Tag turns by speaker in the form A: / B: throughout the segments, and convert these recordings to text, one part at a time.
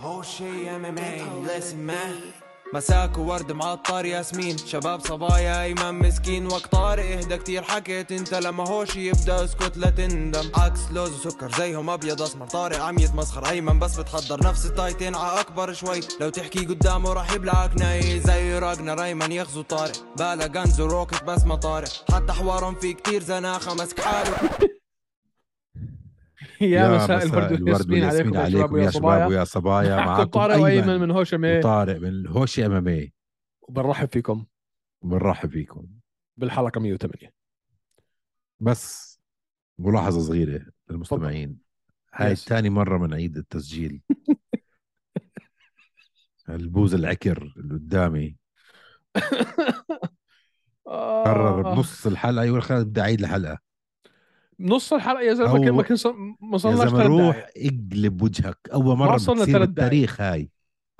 A: هو شي ام ام لسن مان مساك وورد معطر ياسمين شباب صبايا ايمن مسكين وقت طارق اهدى كتير حكيت انت لما هوش يبدا اسكت لا تندم عكس لوز وسكر زيهم ابيض اسمر طارق عم يتمسخر ايمن بس بتحضر نفس التايتين ع اكبر شوي لو تحكي قدامه راح يبلعك ناي زي راجنا ريمان يغزو طارق بالا غنز وروكت بس ما طارق حتى حوارهم في كتير زناخه مسك حاله
B: يا مساء الورد والياسمين عليكم يا شباب ويا صبايا
C: ويا صبايا
B: معكم
C: معكم
B: طارق وايمن من هوشم إيه؟
C: وطارق من هوشي ام ام اي
B: وبنرحب فيكم
C: إيه. بنرحب فيكم
B: بالحلقه 108
C: بس ملاحظه صغيره للمستمعين هاي
B: Yes.
C: ثاني مره بنعيد التسجيل البوز العكر اللي قدامي
B: آه.
C: قرر بنص الحلقه يقول خلينا بدي اعيد الحلقه
B: نص الحلقه يا
C: أول-
B: زلمه كان ما كان ص- ما
C: يا
B: صلناش
C: زلمه
B: ثلاث
C: روح
B: دقايق.
C: اقلب وجهك اول مره
B: وصلنا
C: بتصير
B: ثلاث دقايق.
C: بالتاريخ هاي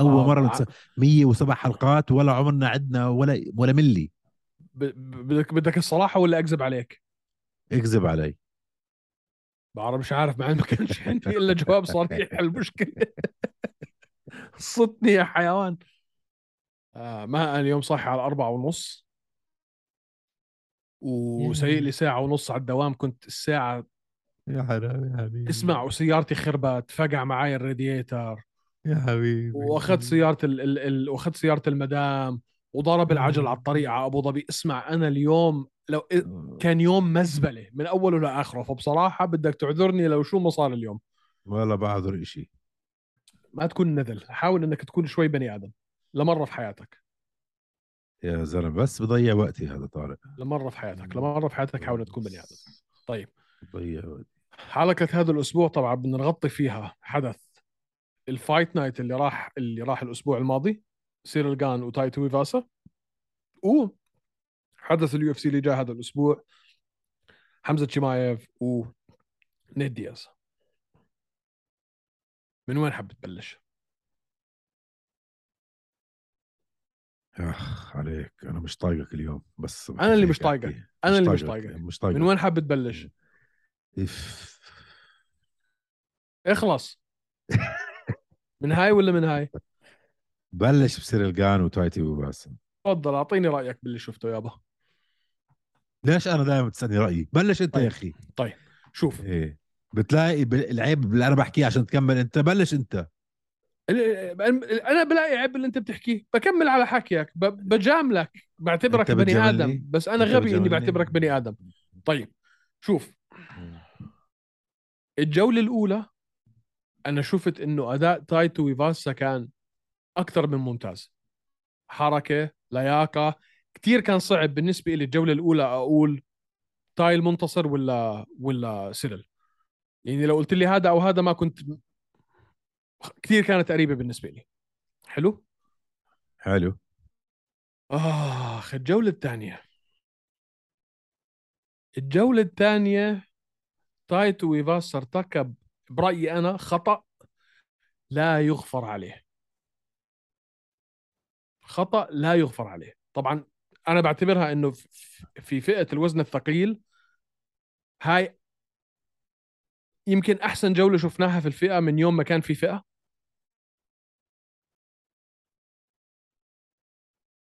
C: اول
B: آه،
C: مره
B: ع-
C: بتصير 107 حلقات ولا عمرنا عدنا ولا ولا ملي
B: ب- ب- بدك بدك الصراحه ولا اكذب عليك؟
C: اكذب علي
B: بعرف مش عارف مع إن ما كانش عندي الا جواب صريح على المشكله صدني يا حيوان آه ما انا اليوم صاحي على أربعة ونص وسيء لي ساعة ونص على الدوام كنت الساعة
C: يا حرام يا حبيبي
B: اسمع وسيارتي خربت فقع معي الراديتر
C: يا حبيبي
B: واخذت سياره ال... ال... ال... واخذت سياره المدام وضرب العجل على الطريق على ابو ظبي اسمع انا اليوم لو كان يوم مزبله من اوله لاخره فبصراحه بدك تعذرني لو شو ما صار اليوم
C: ولا بعذر إشي
B: ما تكون نذل حاول انك تكون شوي بني ادم لمره في حياتك
C: يا زلمه بس بضيع وقتي هذا طارق
B: لمره في حياتك لمره في حياتك حاول تكون بني ادم طيب.
C: بضيع وقتي
B: حلقه هذا الاسبوع طبعا بدنا نغطي فيها حدث الفايت نايت اللي راح اللي راح الاسبوع الماضي سيرل جان وتايتو ويفاسا و حدث اليو اف سي اللي جاء هذا الاسبوع حمزه شمايف و نيد دياز من وين حاب تبلش؟
C: اخ عليك انا مش طايقك اليوم بس يعني.
B: أنا اللي مش طايقك. انا اللي مش طايقك
C: مش طايقك
B: من وين حاب تبلش؟
C: إف.
B: اخلص من هاي ولا من هاي؟
C: بلش بسير الجان وتايتي وباسم
B: تفضل اعطيني رايك باللي شفته يابا
C: ليش انا دائما بتسالني رايي بلش انت يا
B: طيب.
C: اخي
B: شوف
C: ايه بتلاقي ب- العيب اللي انا بحكيه عشان تكمل انت بلش انت
B: ال- ال- انا بلاقي عيب اللي انت بتحكيه بكمل على حكيك ب- بجاملك بعتبرك
C: أنت
B: بني
C: بتجاملني؟
B: ادم بس انا
C: أنت
B: غبي اني
C: بتجاملني؟
B: بعتبرك بني ادم طيب شوف الجوله الاولى انا شفت انه اداء تايتو ويفاسا كان اكثر من ممتاز حركه لياقه كثير كان صعب بالنسبه لي الجوله الاولى اقول تاي المنتصر ولا ولا سيرل يعني لو قلت لي هذا او هذا ما كنت كثير كانت قريبه بالنسبه لي حلو
C: حلو
B: آخ الجولة الثانية الجولة الثانية تايتو ويفاس ارتكب برأيي أنا خطأ لا يغفر عليه خطأ لا يغفر عليه طبعا أنا بعتبرها أنه ف- في فئة الوزن الثقيل هاي يمكن أحسن جولة شفناها في الفئة من يوم ما كان في فئة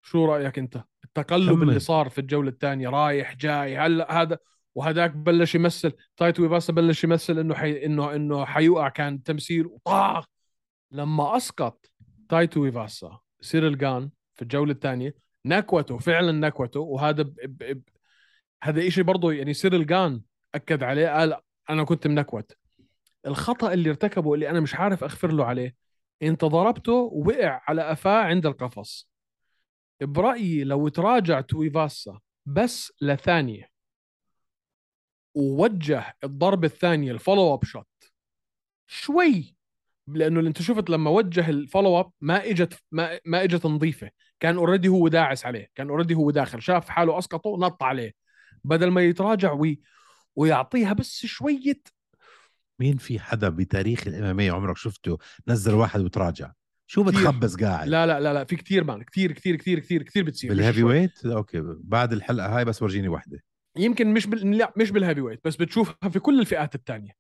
B: شو رأيك أنت التقلب
C: كمل.
B: اللي صار في الجولة الثانية رايح جاي هلا هذا وهذاك بلش يمثل تايتو ويباسا بلش يمثل انه حي... انه انه حيوقع كان تمثيل وطاخ لما اسقط تايتو ويباسا سيرل جان في الجوله الثانيه نكوته فعلا نكوته وهذا ب... ب... ب... هذا شيء برضه يعني سيرل جان اكد عليه قال انا كنت منكوت الخطا اللي ارتكبه اللي انا مش عارف اغفر له عليه انت ضربته وقع على قفاه عند القفص برايي لو تراجع تويفاسا بس لثانيه ووجه الضربة الثانية الفولو اب شوت شوي لانه اللي انت شفت لما وجه الفولو اب ما اجت ما, ما اجت نظيفة كان اوريدي هو داعس عليه كان اوريدي هو داخل شاف حاله اسقطه نط عليه بدل ما يتراجع وي ويعطيها بس شوية
C: مين في حدا بتاريخ الاماميه عمرك شفته نزل واحد وتراجع شو
B: كتير.
C: بتخبص قاعد
B: لا لا لا لا في كتير مان كتير كتير كتير كتير كتير بتصير مش
C: أيوة. بالهيفي
B: شوي.
C: ويت اوكي بعد الحلقه هاي بس ورجيني وحده
B: يمكن مش بال... لا مش بالهيفي ويت بس بتشوفها في كل الفئات الثانية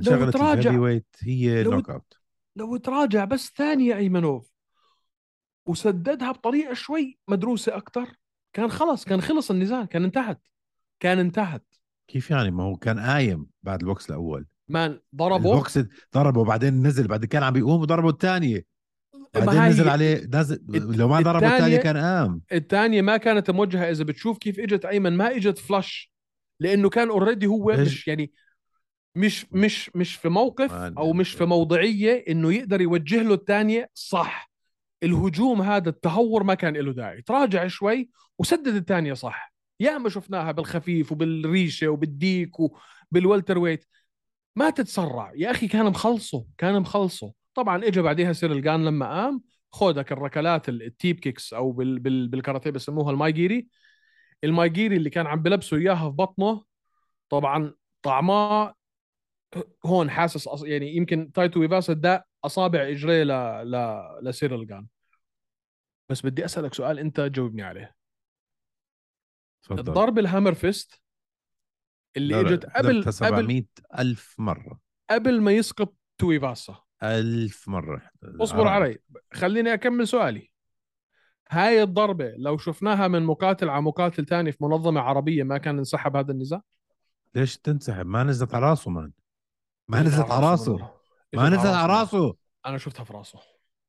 C: شغله
B: تراجع-
C: الهيفي ويت هي
B: لو-
C: نوك اوت
B: لو تراجع بس ثانية أيمنوف وسددها بطريقة شوي مدروسة أكتر كان خلص كان خلص النزال كان انتهت كان انتهت
C: كيف يعني ما هو كان قايم بعد البوكس الاول
B: مان ضربه
C: البوكس ضربه وبعدين نزل بعد كان عم بيقوم وضربه الثانيه بعدين
B: هاي
C: نزل
B: هي-
C: عليه نزل
B: الت-
C: لو ما ضربه الثانيه
B: التانية-
C: كان قام
B: الثانية ما كانت موجهة إذا بتشوف كيف إجت أيمن ما إجت فلاش لأنه كان اوريدي هو
C: إج-
B: مش يعني مش مش مش في موقف
C: مان،
B: أو مش في موضعية إنه يقدر يوجه له الثانية صح الهجوم هذا التهور ما كان له داعي تراجع شوي وسدد الثانية صح ياما شفناها بالخفيف وبالريشة وبالديك وبالولتر ويت ما تتسرع يا اخي كان مخلصه كان مخلصه طبعا اجى بعديها سير الجان لما قام خودك الركلات ال- التيب كيكس او بال بال بالكاراتيه بسموها المايجيري المايجيري اللي كان عم بلبسه اياها في بطنه طبعا طعماه هون حاسس أص... يعني يمكن تايتو ويفاسا ده اصابع اجريه ل... ل... لسير الجان بس بدي اسالك سؤال انت جاوبني عليه
C: تفضل
B: ضرب الهامر فيست اللي اجت قبل قبل
C: 700 ألف مرة
B: قبل ما يسقط تويفاسا
C: ألف مرة آه.
B: اصبر
C: عرب.
B: علي خليني اكمل سؤالي هاي الضربة لو شفناها من مقاتل على مقاتل تاني في منظمة عربية ما كان انسحب هذا النزاع
C: ليش تنسحب ما نزلت على راسه مان ما نزلت على راسه ما
B: إجت
C: نزلت على
B: راسه
C: راسه
B: انا شفتها في راسه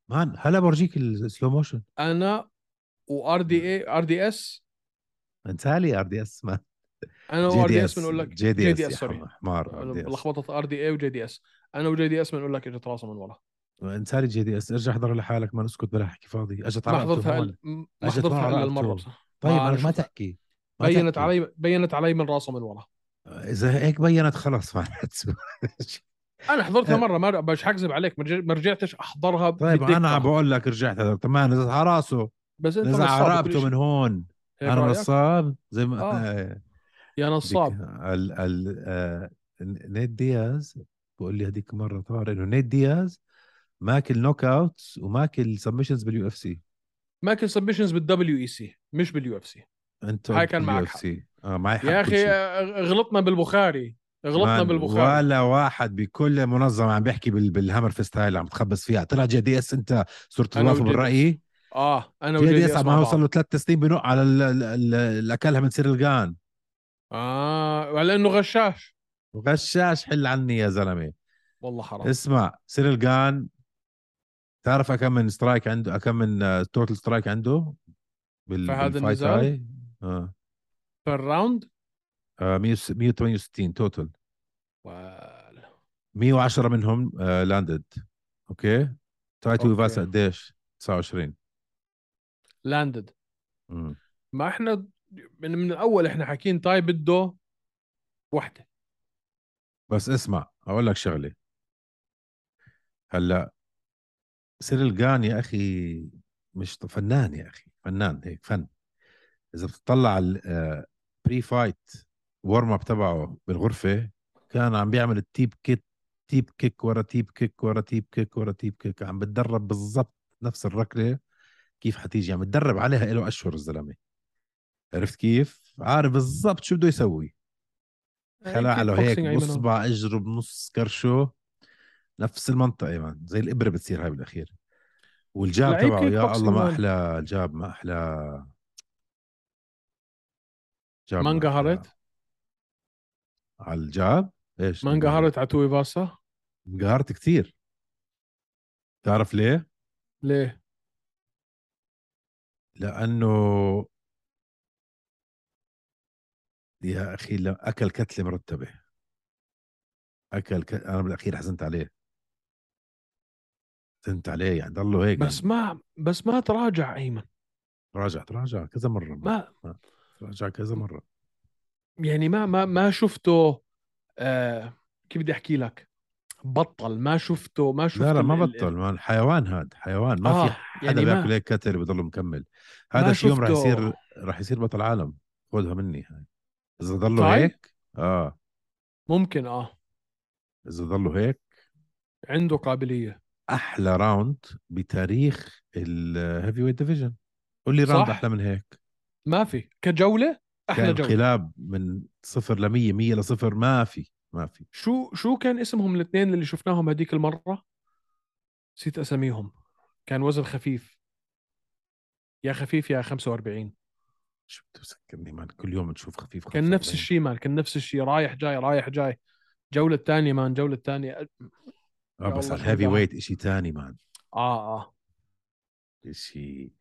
C: مان هلا بورجيك السلو موشن
B: انا وار دي اي ار دي اس
C: انسالي ار دي اس مان
B: انا وار دي اس بنقول لك جي
C: جي دي اس
B: دي
C: يا
B: اس، سوري.
C: حمار، حمار RDS.
B: لخبطت ار دي اي وجي دي اس انا وجي دي اس بنقول لك اجت راسه من ورا
C: انسالي جي دي اس ارجع احضر لحالك ما اسكت بلا حكي فاضي اجت على
B: ما حضرتها
C: هون.
B: إلا- ما
C: أجت
B: حضرتها
C: ورا
B: الا
C: على
B: المرة
C: طول.
B: بصراحة.
C: طيب
B: ما أنا
C: أنا ما
B: شفتها.
C: تحكي ما
B: بينت
C: تحكي.
B: علي بينت علي من راسه من ورا
C: اذا هيك بينت خلص ما
B: انا حضرتها
C: أه.
B: مره ما مش حكذب عليك ما رج- ما رجعتش احضرها
C: طيب
B: بالدقة.
C: انا بقول لك رجعت هذا طب ما نزلت على
B: طيب،
C: راسه
B: بس انت
C: نزل على
B: نصاب بكل
C: رقبته
B: شيء.
C: من هون
B: هيك
C: انا
B: رأيك؟
C: نصاب زي ما
B: إيه، آه.
C: آه،
B: يا
C: ديك-
B: نصاب
C: ال ال آه، نيد دياز بقول لي هذيك مره طار انه نيد دياز ماكل نوك اوتس وماكل سبمشنز باليو اف سي
B: ماكل سبمشنز بالدبليو اي سي E مش باليو اف سي
C: انت
B: هاي كان معك حق.
C: سي اه معي حق
B: يا
C: كل
B: اخي
C: شيء.
B: آه، غلطنا بالبخاري غلطنا
C: مان،
B: بالبخاري
C: ولا واحد بكل منظمه عم بيحكي بال... بالهامر فيست هاي اللي عم تخبص فيها طلع جي دي اس انت صرت
B: أنا
C: تضاف
B: وجي
C: من
B: دي
C: رايي
B: اه انا
C: جي
B: وجدي
C: دي اس
B: اسمع
C: ما وصل
B: بعض
C: له ثلاث سنين بنق على ال- ال- ال- اللي اكلها من سيرلغان
B: اه لانه غشاش
C: وغشاش حل عني يا زلمه
B: والله حرام
C: اسمع سيرلغان تعرف كم من سترايك عنده كم من توتال سترايك عنده بال...
B: في هذا
C: بالفايت
B: النزال؟
C: هاي؟ اه
B: بير راوند
C: آه، 100 168 توتال
B: وال-
C: 110 منهم آه، لاندد اوكي تايتو
B: أوكي.
C: ويفاسا قديش 29
B: لاندد
C: مم.
B: ما احنا من, من الاول احنا حاكيين تاي بده وحده
C: بس اسمع اقول لك شغله هلا سيريل جان يا اخي مش ط- فنان يا اخي فنان هيك فن اذا بتطلع على بري فايت ورم اب تبعه بالغرفه كان عم بيعمل التيب كيت تيب كيك ورا تيب كيك ورا تيب كيك ورا تيب كيك عم بتدرب بالضبط نفس الركله كيف حتيجي عم بتدرب عليها له اشهر الزلمه عرفت كيف عارف بالضبط شو بده يسوي خلع
B: كيك
C: له هيك
B: بوكسينج أيمن هون.
C: بصبع اجره بنص كرشه نفس المنطقه مان زي الابره بتصير هاي بالاخير والجاب
B: لعيب
C: تبعه
B: كيك
C: يا
B: بوكسينج
C: الله ما
B: مان.
C: احلى الجاب ما احلى جاب
B: ما
C: ما أحلى.
B: انقهرت
C: على الجاب ايش
B: ما انقهرت على توي فاسا
C: انقهرت كثير تعرف ليه؟
B: ليه
C: لانه يا اخي لا اكل كتله مرتبه اكل ك... انا بالاخير حزنت عليه حزنت عليه يعني ضله هيك
B: بس ما بس ما تراجع ايمن
C: راجع تراجع كذا مره
B: ما
C: راجع كذا مره
B: يعني ما ما ما شفته آه كيف بدي احكي لك بطل ما شفته ما شفته
C: لا لا ما
B: ال- ال-
C: بطل ما حيوان هاد حيوان ما
B: آه
C: في حدا
B: يعني
C: يعني بياكل
B: ما
C: هيك كتل بضله مكمل
B: ما
C: هذا شي يوم رح
B: شفته.
C: يصير رح يصير بطل عالم خذها مني هاي اذا ضله
B: طيب.
C: هيك اه
B: ممكن اه
C: اذا ضله هيك
B: عنده قابليه
C: احلى راوند بتاريخ الهيفي ويت ديفيجن قول لي
B: صح.
C: راوند احلى من هيك
B: ما في كجوله احلى
C: كان
B: جوله
C: انقلاب من صفر ل 100 100 لصفر ما في ما في
B: شو شو كان اسمهم الاثنين اللي شفناهم هذيك المره نسيت اساميهم كان وزن خفيف يا خفيف يا 45
C: شو بتسكرني مان كل يوم بتشوف خفيف
B: كان نفس
C: 45.
B: الشيء مان كان نفس الشيء رايح جاي رايح جاي جولة تانية مان جولة تانية
C: اه بس
B: الله
C: على الهيفي
B: شو
C: ويت شيء ثاني مان
B: اه اه
C: شيء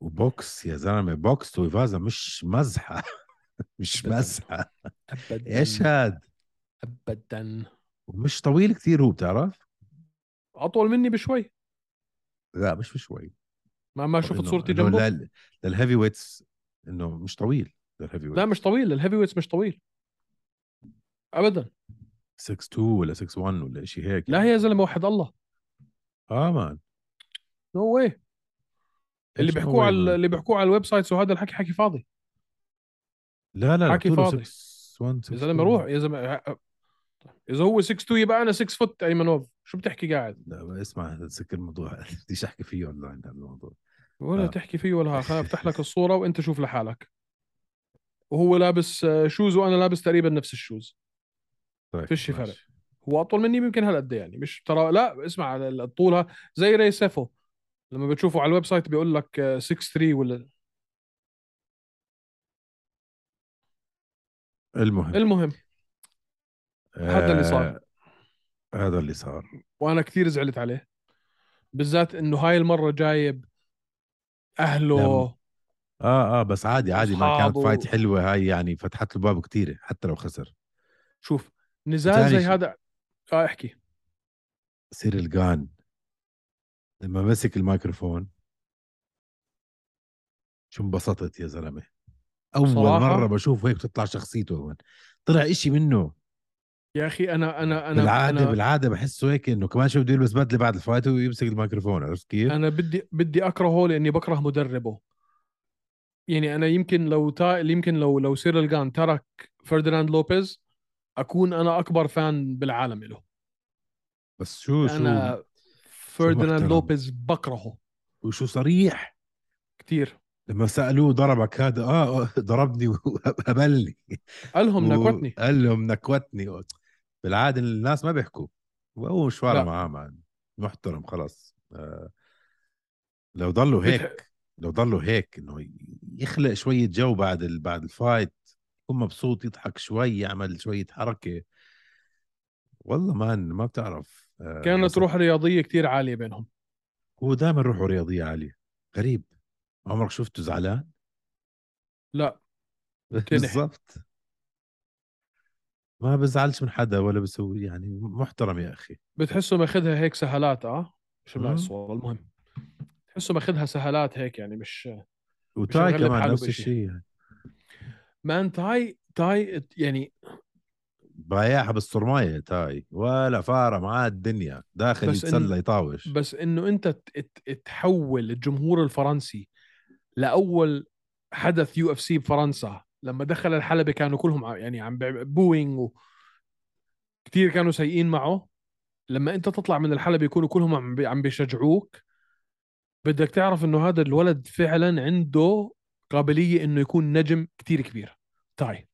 C: وبوكس يا زلمه بوكس تويفازا مش مزحه مش
B: أبداً.
C: مزحه
B: ابدا
C: ايش هاد
B: ابدا
C: ومش طويل كثير هو بتعرف
B: اطول مني بشوي
C: لا مش بشوي
B: ما ما
C: طب
B: شفت
C: إنه-
B: صورتي
C: إنه
B: جنبه
C: لل- للهيفي ويتس انه مش طويل للهيفي
B: لا
C: ويت
B: مش طويل الهيفي ويتس مش طويل ابدا
C: 6 2 ولا 6 1 ولا شيء هيك
B: لا
C: يعني.
B: هي يا زلمه وحد الله
C: اه مان
B: نو واي اللي
C: إيش
B: بيحكوه
C: هو
B: على
C: مان؟
B: اللي بيحكوه على الويب سايتس وهذا الحكي حكي فاضي
C: لا لا لا
B: حكي
C: طوله
B: فاضي.
C: 6 1
B: يا زلمه روح يا زلمه اذا هو 6 2 يبقى انا 6 فوت ايمنوف شو بتحكي قاعد
C: لا اسمع هذا تسكر الموضوع بديش احكي فيه والله عن هذا الموضوع
B: ولا
C: آه.
B: تحكي فيه ولا ها خليني افتح لك الصوره وانت شوف لحالك وهو لابس آه، شوز وانا لابس تقريبا نفس الشوز
C: طيب
B: فيش
C: ماشي.
B: هو اطول مني يمكن هالقد يعني مش ترى لا اسمع الطولها زي ري سيفو لما بتشوفه على الويب سايت بيقول لك آه، 6 3 ولا
C: المهم
B: المهم هذا اللي صار.
C: آه، هذا اللي صار
B: وانا كثير زعلت عليه بالذات انه هاي المره جايب
C: لم-
B: اهله
C: اه اه بس عادي عادي ما كانت
B: أصحابه.
C: فايت حلوه هاي يعني فتحت له باب كثيره حتى لو خسر
B: شوف نزال
C: وتاني
B: زي
C: شيء.
B: هذا اه احكي
C: سيريل جان لما مسك الميكروفون شو انبسطت يا زلمه اول
B: صراحة.
C: مره بشوف هيك بتطلع شخصيته هون طلع إشي منه
B: يا اخي انا انا انا
C: بالعاده
B: انا,
C: بالعاده بحسه هيك انه كمان شو بده يلبس بدله بعد الفايت ويمسك الميكروفون عرفت كيف؟
B: أنا بدي بدي اكرهه لاني بكره مدربه يعني انا يمكن لو تا... يمكن لو لو سيرل جان ترك فرديناند لوبيز اكون انا اكبر فان بالعالم له
C: بس شو شو
B: انا فرديناند
C: محترم.
B: لوبيز بكرهه
C: وشو صريح
B: كثير
C: لما سالوه ضربك هذا اه آه، ضربني وهبلني
B: قال لهم
C: و-
B: نكوتني
C: قال لهم نكوتني بالعاده الناس ما بيحكوا وهو مشواره
B: لا.
C: معاه مان محترم خلاص آه، لو ضلوا هيك لو ضلوا هيك انه ي- يخلق شويه جو بعد ال... بعد الفايت يكون مبسوط يضحك شوي يعمل شويه حركه والله مان ما بتعرف آه،
B: كانت
C: بس
B: روح رياضيه كثير عاليه بينهم
C: هو دائما روحه رياضيه عاليه غريب عمرك شفته زعلان
B: لا تنح.
C: بالضبط ما بزعلش من حدا ولا بسوي يعني محترم يا اخي
B: بتحسه ماخذها هيك سهالات اه شو معي
C: آه.
B: الصوره المهم بتحسه ماخذها سهالات هيك يعني مش
C: وتاي
B: يغلب
C: كمان
B: حاله
C: نفس
B: بإشي.
C: الشيء يعني
B: مان تاي تاي يعني
C: بايعها بالصرمايه تاي ولا فاره معاه الدنيا داخل
B: بس إن-
C: يتسلى يطاوش
B: بس انه انت ت- ت- تحول الجمهور الفرنسي لاول حدث يو اف سي بفرنسا لما دخل الحلبه كانوا كلهم ع- يعني عم بيع- بوينج و... كثير كانوا سيئين معه لما انت تطلع من الحلبه يكونوا كلهم عم بي- عم بيشجعوك بدك تعرف انه هذا الولد فعلا عنده قابليه انه يكون نجم كثير كبير تاي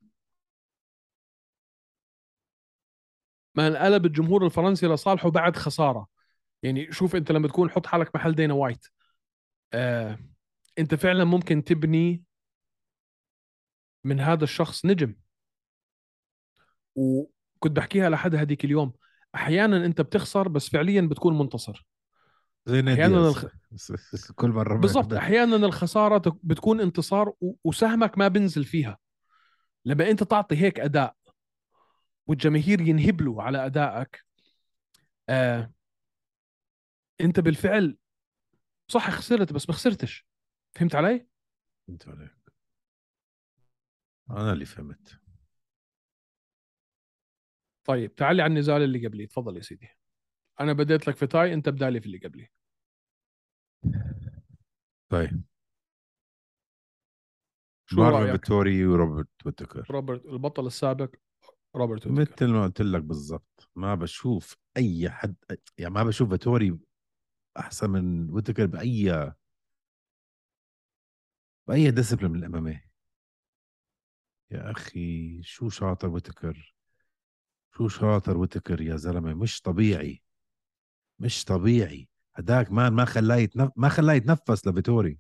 B: ما انقلب الجمهور الفرنسي لصالحه بعد خساره يعني شوف انت لما تكون حط حالك محل دينا وايت آه، انت فعلا ممكن تبني من هذا الشخص نجم وكنت بحكيها لحد هذيك اليوم احيانا انت بتخسر بس فعليا بتكون منتصر
C: زي نادي
B: احيانا
C: ياس. كل مره
B: بالضبط
C: بحضر.
B: احيانا الخساره تك- بتكون انتصار و- وسهمك ما بنزل فيها لما انت تعطي هيك اداء والجماهير ينهبلوا على ادائك آه انت بالفعل صح خسرت بس ما خسرتش فهمت علي؟
C: فهمت عليك انا اللي فهمت
B: طيب تعالي على النزال اللي قبلي تفضل يا سيدي انا بديت لك في تاي انت بدالي في اللي قبلي
C: طيب
B: شو
C: مارفن
B: رايك؟
C: فيتوري وروبرت وتكر
B: روبرت البطل السابق روبرت ويتكر.
C: مثل ما قلت لك بالضبط ما بشوف اي حد يعني ما بشوف فاتوري احسن من ويتكر باي باي ديسبلين من الامامي يا اخي شو شاطر ويتكر شو شاطر ويتكر يا زلمه مش طبيعي مش طبيعي هداك مان ما خلاه يتنف... ما خلاه يتنفس لفيتوري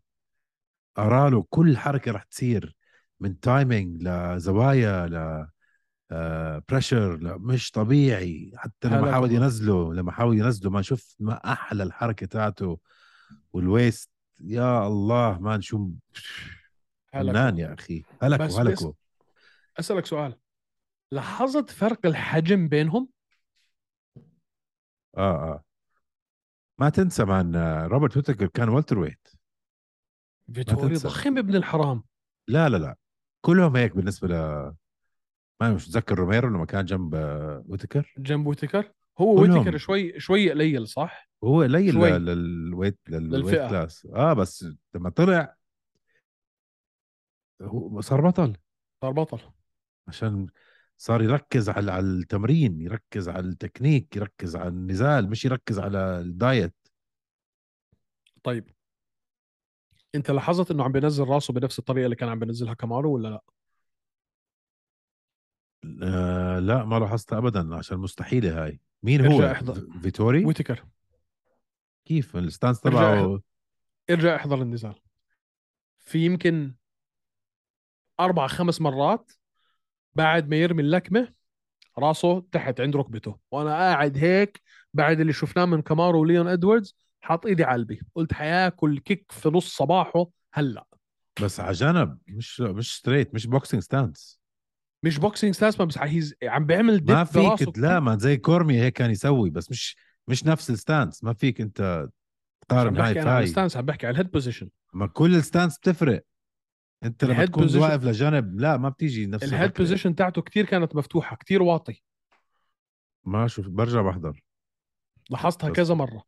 C: قراله كل حركه رح تصير من تايمينج لزوايا ل بريشر لا مش طبيعي حتى لما
B: هلا
C: حاول
B: كمان.
C: ينزله لما حاول ينزله ما شفت ما احلى الحركه تاعته والويست يا الله مان شو فنان يا اخي
B: بس-
C: هلكوا
B: بس-
C: هلكوا
B: اسالك سؤال لاحظت فرق الحجم بينهم؟
C: اه اه ما تنسى مان آه، روبرت هوتكر كان والتر ويت
B: فيتوري
C: تنسى.
B: ضخم ابن الحرام
C: لا لا لا كلهم هيك بالنسبه ل ما مش متذكر روميرو لما كان جنب آه، هوتكر
B: جنب ويتكر هو
C: كلهم.
B: ويتكر شوي شوي قليل صح؟
C: وهو قليل
B: شوي.
C: لل- للويت للويت
B: للفئة.
C: كلاس اه بس لما طلع هو صار بطل
B: صار بطل
C: عشان صار يركز على على التمرين يركز على التكنيك يركز على النزال مش يركز على الدايت
B: طيب انت لاحظت انه عم بينزل راسه بنفس الطريقه اللي كان عم بينزلها كامارو ولا لا؟
C: آه لا ما لاحظتها ابدا عشان مستحيله هاي مين
B: ارجع
C: هو
B: احضر.
C: ف- فيتوري
B: ويتكر
C: كيف الستانس
B: ارجع
C: تبعه
B: ارجع احضر النزال في يمكن اربع خمس مرات بعد ما يرمي اللكمه راسه تحت عند ركبته وانا قاعد هيك بعد اللي شفناه من كامارو وليون ادواردز حاط ايدي على قلبي قلت حياكل كيك في نص صباحه هلا
C: بس على جنب مش مش ستريت مش بوكسينج ستانس
B: مش بوكسينج ستانس ما بس هيز عم بيعمل ديب
C: ما فيك
B: براسه
C: لا ما زي كورمي هيك كان يسوي بس مش مش نفس الستانس ما فيك انت
B: مش عم
C: تقارن
B: بحكي
C: هاي
B: انا على
C: فهاي
B: الستانس عم بحكي على الهيد بوزيشن
C: ما كل الستانس بتفرق انت لما
B: الهيد
C: تكون
B: position-
C: واقف لجنب لا ما بتيجي نفس
B: الهيد
C: الفكرة.
B: بوزيشن تاعته كتير كانت مفتوحه كتير واطي
C: ما شوف برجع بحضر
B: لاحظتها
C: بس-
B: كذا مره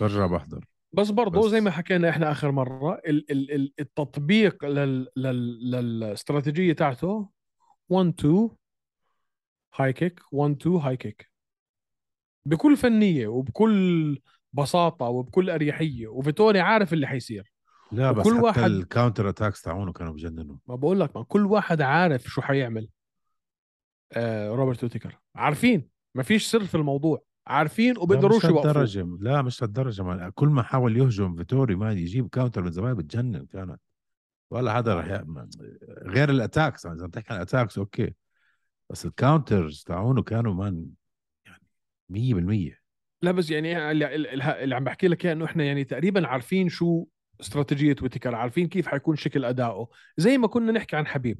C: برجع بحضر
B: بس برضه
C: بس-
B: زي ما حكينا احنا اخر مره ال ال ال التطبيق لل لل للاستراتيجيه تاعته 1 2 هاي كيك 1 2 هاي كيك بكل فنيه وبكل بساطه وبكل اريحيه وفيتوري عارف اللي حيصير
C: لا بس
B: وكل
C: حتى
B: واحد-
C: الكاونتر اتاكس تاعونه كانوا بجننوا
B: ما بقول لك ما كل واحد عارف شو حيعمل آه روبرت ويتكر عارفين ما فيش سر في الموضوع عارفين
C: لا،
B: وبيقدروش
C: مش
B: يوقفوا
C: للدرجة لا مش للدرجة ما- كل ما حاول يهجم فيتوري ما يجيب كاونتر من زمان بتجنن كانت ولا حدا رح يعمل غير الاتاكس يعني اذا عم تحكي عن الاتاكس اوكي بس الكاونترز تاعونه كانوا مان يعني 100%
B: لا بس يعني اللي, اللي اللي عم بحكي لك إياه انه احنا يعني تقريبا عارفين شو استراتيجيه ويتكر عارفين كيف حيكون شكل ادائه زي ما كنا نحكي عن حبيب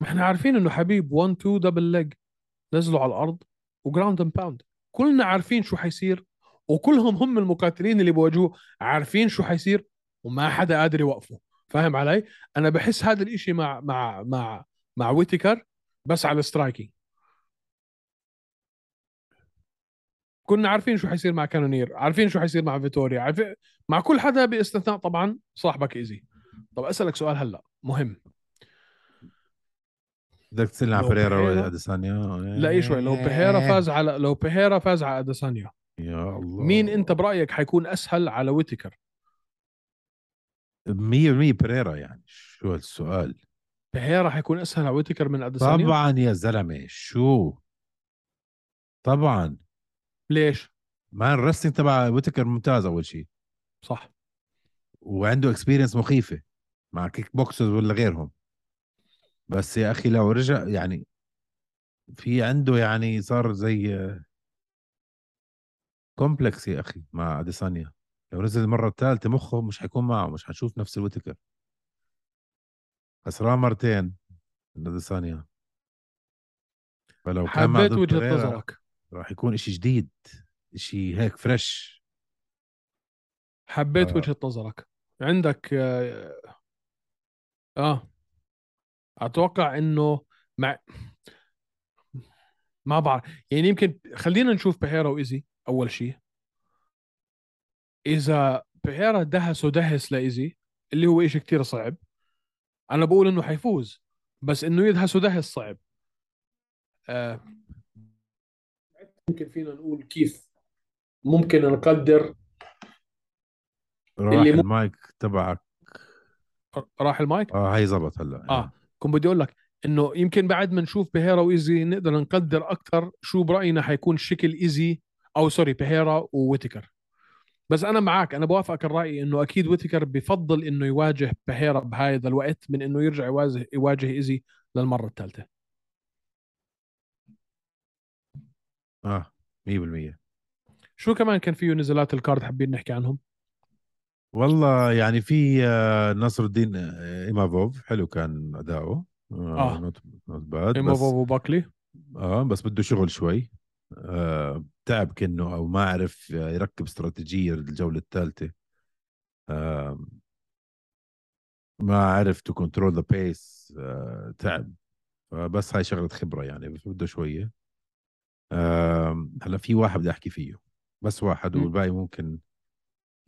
B: ما احنا عارفين انه حبيب 1 2 دبل ليج نزلوا على الارض وجراوند اند باوند كلنا عارفين شو حيصير وكلهم هم المقاتلين اللي بواجهوه عارفين شو حيصير وما حدا قادر يوقفه فاهم علي انا بحس هذا الاشي مع مع مع مع ويتكر بس على السترايكينج كنا عارفين شو حيصير مع كانونير عارفين شو حيصير مع فيتوريا عارفين مع كل حدا باستثناء طبعا صاحبك ايزي طب اسالك سؤال هلا مهم
C: بدك تسألني
B: لو
C: عن فريرا
B: بحيرة-
C: واديسانيا
B: لا شوي لو
C: إيه.
B: بيهيرا فاز على لو بيهيرا فاز على اديسانيا
C: يا الله
B: مين انت برايك حيكون اسهل على ويتكر
C: 100% بريرا يعني شو هالسؤال
B: بيهيرا حيكون اسهل على ويتكر من اديسانيا
C: طبعا يا زلمة شو طبعا
B: ليش
C: مان الرسلينج تبع ويتكر ممتاز اول شيء
B: صح
C: وعنده اكسبيرينس مخيفه مع كيك بوكسرز ولا غيرهم بس يا اخي لو رجع يعني في عنده يعني صار زي كومبلكس يا اخي مع اديسانيا لو نزل المره الثالثه مخه مش حيكون معه مش حنشوف نفس الوتكر خسران مرتين من اديسانيا فلو كان مع
B: حبيت
C: ضد
B: وجهه
C: بريرا
B: نظرك
C: راح يكون اشي جديد اشي هيك فريش
B: حبيت
C: آه.
B: وجهه نظرك عندك اه, آه. اتوقع انه مع ما بعرف يعني يمكن خلينا نشوف بهيرا وايزي اول شيء اذا بهيرا دهس ودهس لايزي اللي هو شيء كتير صعب انا بقول انه حيفوز بس انه يدهس ودهس صعب آه. ممكن فينا نقول كيف ممكن نقدر
C: راح
B: اللي مو-
C: المايك تبعك
B: راح المايك
C: اه هاي زبط هلا
B: آه. كنت بدي اقول لك انه يمكن بعد ما نشوف بهيرا وايزي نقدر نقدر اكثر شو براينا حيكون شكل ايزي او سوري بهيرا وويتكر بس انا معك انا بوافقك الراي انه اكيد ويتكر بفضل انه يواجه بهيرا بهذا الوقت من انه يرجع يواجه يواجه ايزي للمره الثالثه
C: اه 100%
B: شو كمان كان فيه نزلات الكارد حابين نحكي عنهم
C: والله يعني في آه، نصر الدين آه، ايمافوف حلو كان اداؤه آه.
B: آه.
C: نوت نوت باد بس
B: ايموفوف وباكلي
C: اه بس بده شغل شوي آه تعب كأنه او ما عرف يركب استراتيجية للجولة الثالثة آه ما عرف تو كنترول ذا بيس آه، تعب فبس هاي شغلة خبرة يعني بس بده شوية آه هلا في واحد بدي احكي فيه بس واحد
B: مم.
C: والباقي ممكن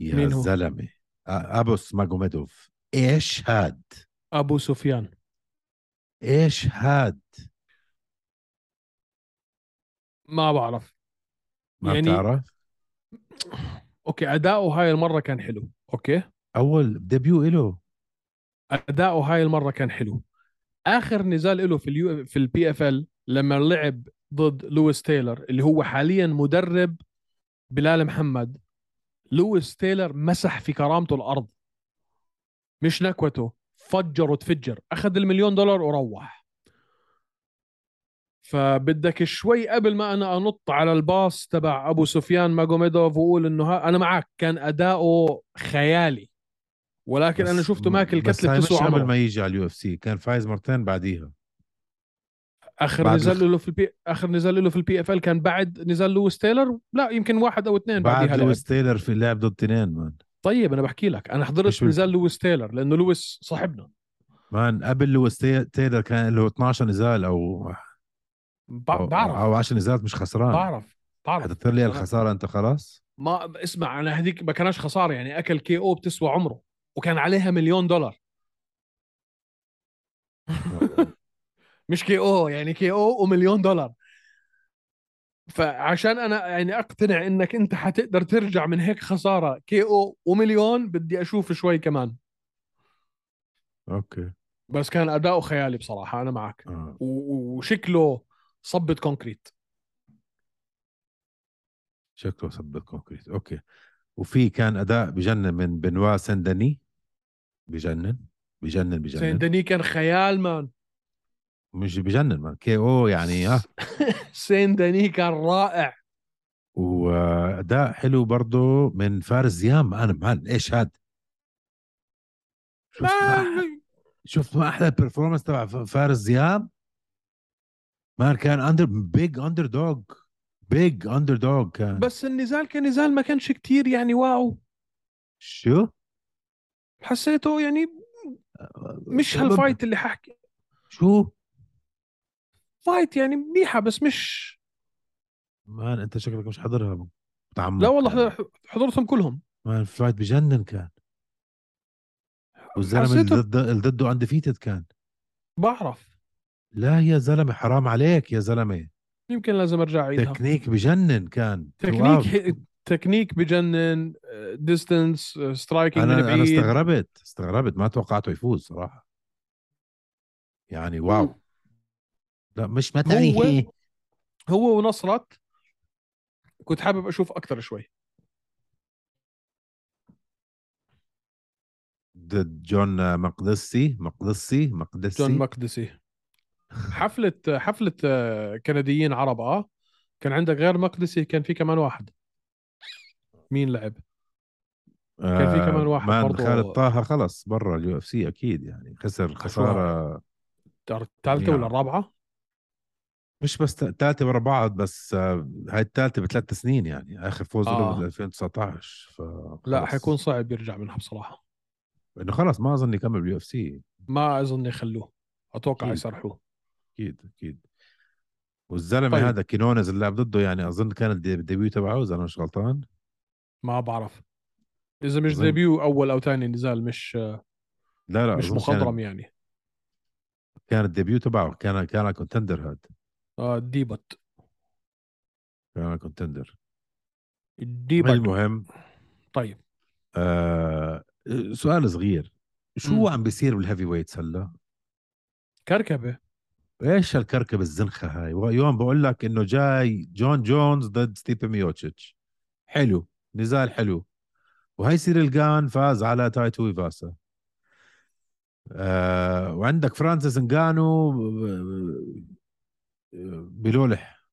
C: يا
B: مين هو؟
C: زلمة آه، ابوس ماجوميدوف ايش هاد
B: ابو سفيان
C: ايش هاد
B: ما بعرف
C: ما
B: يعني-
C: بتعرف
B: اوكي اداؤه هاي المره كان حلو اوكي
C: اول ديبيو إله
B: اداؤه هاي المره كان حلو اخر نزال له في اليو في البي اف ال لما لعب ضد لويس تايلر اللي هو حاليا مدرب بلال محمد لويس تايلر مسح في كرامته الارض مش نكوته فجر وتفجر اخذ المليون دولار وروح فبدك شوي قبل ما انا انط على الباص تبع ابو سفيان ماجوميدوف واقول انه ها انا معك كان اداؤه خيالي ولكن
C: بس-
B: انا شفته ماكل
C: بس
B: كتله
C: هاي مش
B: تسوى
C: قبل
B: عمره
C: ما يجي على اليو اف سي كان فايز مرتين بعديها
B: اخر
C: بعد
B: نزال
C: الخ-
B: له في البي اخر نزال له في البي اف ال كان بعد نزال لويس تايلر لا يمكن واحد او اثنين
C: بعد
B: بعديها لعب
C: لويس تايلر في لعب ضد تنين مان
B: طيب انا بحكي لك انا
C: مش
B: حضرت
C: بال-
B: نزال لويس تايلر لانه لويس صاحبنا
C: مان قبل لويس تاي- تايلر كان له 12 نزال او
B: بع-
C: او,
B: بعرف
C: أو 10 نزالات مش خسران
B: بعرف بعرف
C: حتذكر لي
B: أنا-
C: الخساره انت خلاص
B: ما اسمع انا هذيك ما كانش خساره يعني اكل كي او بتسوى عمره وكان عليها مليون دولار مش كي او يعني كي او ومليون دولار فعشان انا يعني اقتنع انك انت حتقدر ترجع من هيك خساره كي او ومليون بدي اشوف شوي كمان
C: اوكي
B: بس كان اداؤه خيالي بصراحه انا معك
C: آه.
B: و- وشكله صبة كونكريت
C: شكله صب الكونكريت اوكي وفي كان اداء بجنن من بنوا سندني بجنن بجنن
B: سين
C: بجنن
B: دني كان خيال مان
C: مش بجنن مان كي او يعني اه
B: سين دني كان رائع
C: واداء حلو برضه من فارس زيام انا مان ايش هاد شفت ما أحلى-
B: ما-
C: شفت ما احلى البرفورمانس تبع ف- فارس زياب مان كان اندر بيج اندر دوغ بيج اندر دوغ كان
B: بس النزال كان نزال ما كانش كتير يعني واو
C: شو
B: حسيته يعني مش هالفايت اللي ححكي
C: شو
B: فايت يعني منيحه بس مش
C: مان انت شكلك مش حضرها بتعمق
B: لا والله
C: يعني.
B: حضر- حضرتهم كلهم
C: مان فايت بجنن كان والزلمه اللي
B: حسيته-
C: ضده اللي ضده اندفيتد كان
B: بعرف
C: لا يا زلمه حرام عليك يا زلمه
B: يمكن لازم ارجع اعيدها
C: تكنيك بجنن كان
B: تكنيك ح- تكنيك بجنن آه، ديستنس سترايكنج من
C: انا انا
B: بعيد
C: استغربت استغربت ما توقعته يفوز صراحه يعني واو لا مش متى
B: هو هو ونصرت كنت حابب اشوف اكثر شوي
C: ضد جون مقدسي مقدسي مقدسي
B: جون مقدسي حفله حفله آه، كنديين عرب اه كان عندك غير مقدسي كان في كمان واحد مين لعب كان في
C: آه،
B: كمان واحد
C: مان
B: برضو-
C: خالد طه خلص برا اليو اف سي اكيد يعني خسر خساره
B: الثالثه
C: نعم.
B: ولا الرابعه
C: مش بس ثالثه ورا بعض بس آه، هاي الثالثه بثلاث سنين يعني اخر فوز له
B: آه.
C: بال 2019 ف
B: لا
C: خلص.
B: حيكون صعب يرجع منها بصراحه
C: انه خلص ما اظن يكمل باليو اف سي
B: ما اظن يخلوه اتوقع
C: أكيد.
B: يسرحوه
C: اكيد اكيد والزلمه
B: طيب.
C: طيب. هذا كينونز اللي لعب ضده يعني اظن كان الدي- الديبيو تبعه اذا انا مش غلطان
B: ما بعرف اذا مش
C: أظن-
B: ديبيو اول او ثاني نزال مش
C: لا لا
B: مش
C: أظن
B: مخضرم
C: كان,
B: يعني
C: كان الديبيو تبعه كان كان كونتندر هذا
B: آه ديبت
C: كان كونتندر
B: ديبت
C: المهم
B: طيب
C: آه سؤال صغير شو
B: مم.
C: عم بيصير بالهيفي ويتس هلا
B: كركبه
C: ايش هالكركبه الزنخه هاي ويوم بقول لك انه جاي جون جونز ضد ستيبن ميوتشيتش حلو نزال حلو وهي سيريل جان فاز على تايتو ايفاسا آه وعندك فرانسيس انجانو بلولح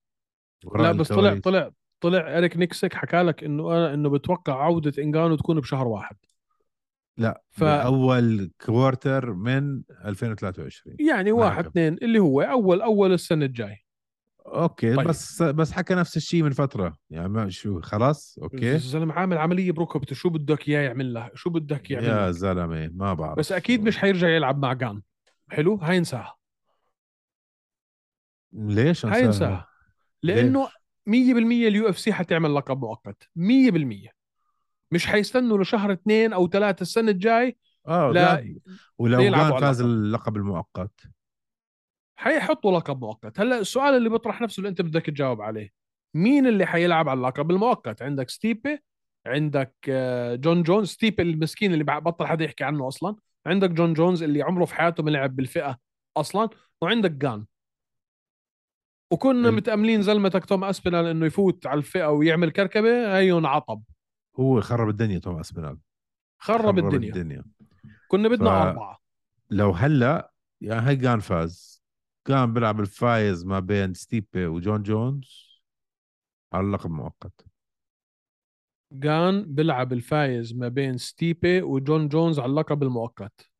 C: وراء
B: لا بس طلع
C: الكواليس.
B: طلع طلع اريك نيكسك حكى لك انه انا انه بتوقع عوده انجانو تكون بشهر واحد
C: لا
B: ف-
C: ف... اول كوارتر من 2023
B: يعني
C: معك.
B: واحد اثنين اللي هو اول اول السنه الجاي
C: اوكي
B: طيب.
C: طيب. بس بس حكى نفس الشيء من فتره يعني ما شو خلاص اوكي
B: الزلمه عامل عمليه بركبته شو بدك اياه يعمل لها شو بدك يعمل لها
C: يا زلمه ما بعرف
B: يعني بس اكيد مش حيرجع يلعب مع جان حلو هاي انساها
C: ليش
B: هاي
C: انساها
B: انساها لانه 100% اليو اف سي حتعمل لقب مؤقت 100% مش حيستنوا لشهر اثنين او ثلاثة السنة الجاي
C: اه
B: لا،
C: لا ولو
B: يلعبوا
C: كان
B: على
C: فاز
B: اللقب.
C: اللقب المؤقت
B: حيحطوا لقب مؤقت هلا السؤال اللي بيطرح نفسه اللي انت بدك تجاوب عليه مين اللي حيلعب على اللقب المؤقت عندك ستيبي عندك آه، جون جونز ستيبي المسكين اللي بع- بطل حدا يحكي عنه اصلا عندك جون جونز اللي عمره في حياته ما لعب بالفئه اصلا وعندك جان وكنا
C: ال-
B: متاملين زلمتك توم اسبينال انه يفوت على الفئه ويعمل كركبه هي انعطب
C: هو خرب الدنيا توم اسبينال
B: خرب الدنيا
C: الدنيا
B: كنا بدنا
C: ف-
B: اربعه
C: لو هلا يعني هي كان فاز كان بيلعب الفايز ما بين ستيبي وجون جونز على اللقب المؤقت
B: جان بيلعب الفايز ما بين ستيبي وجون جونز على اللقب المؤقت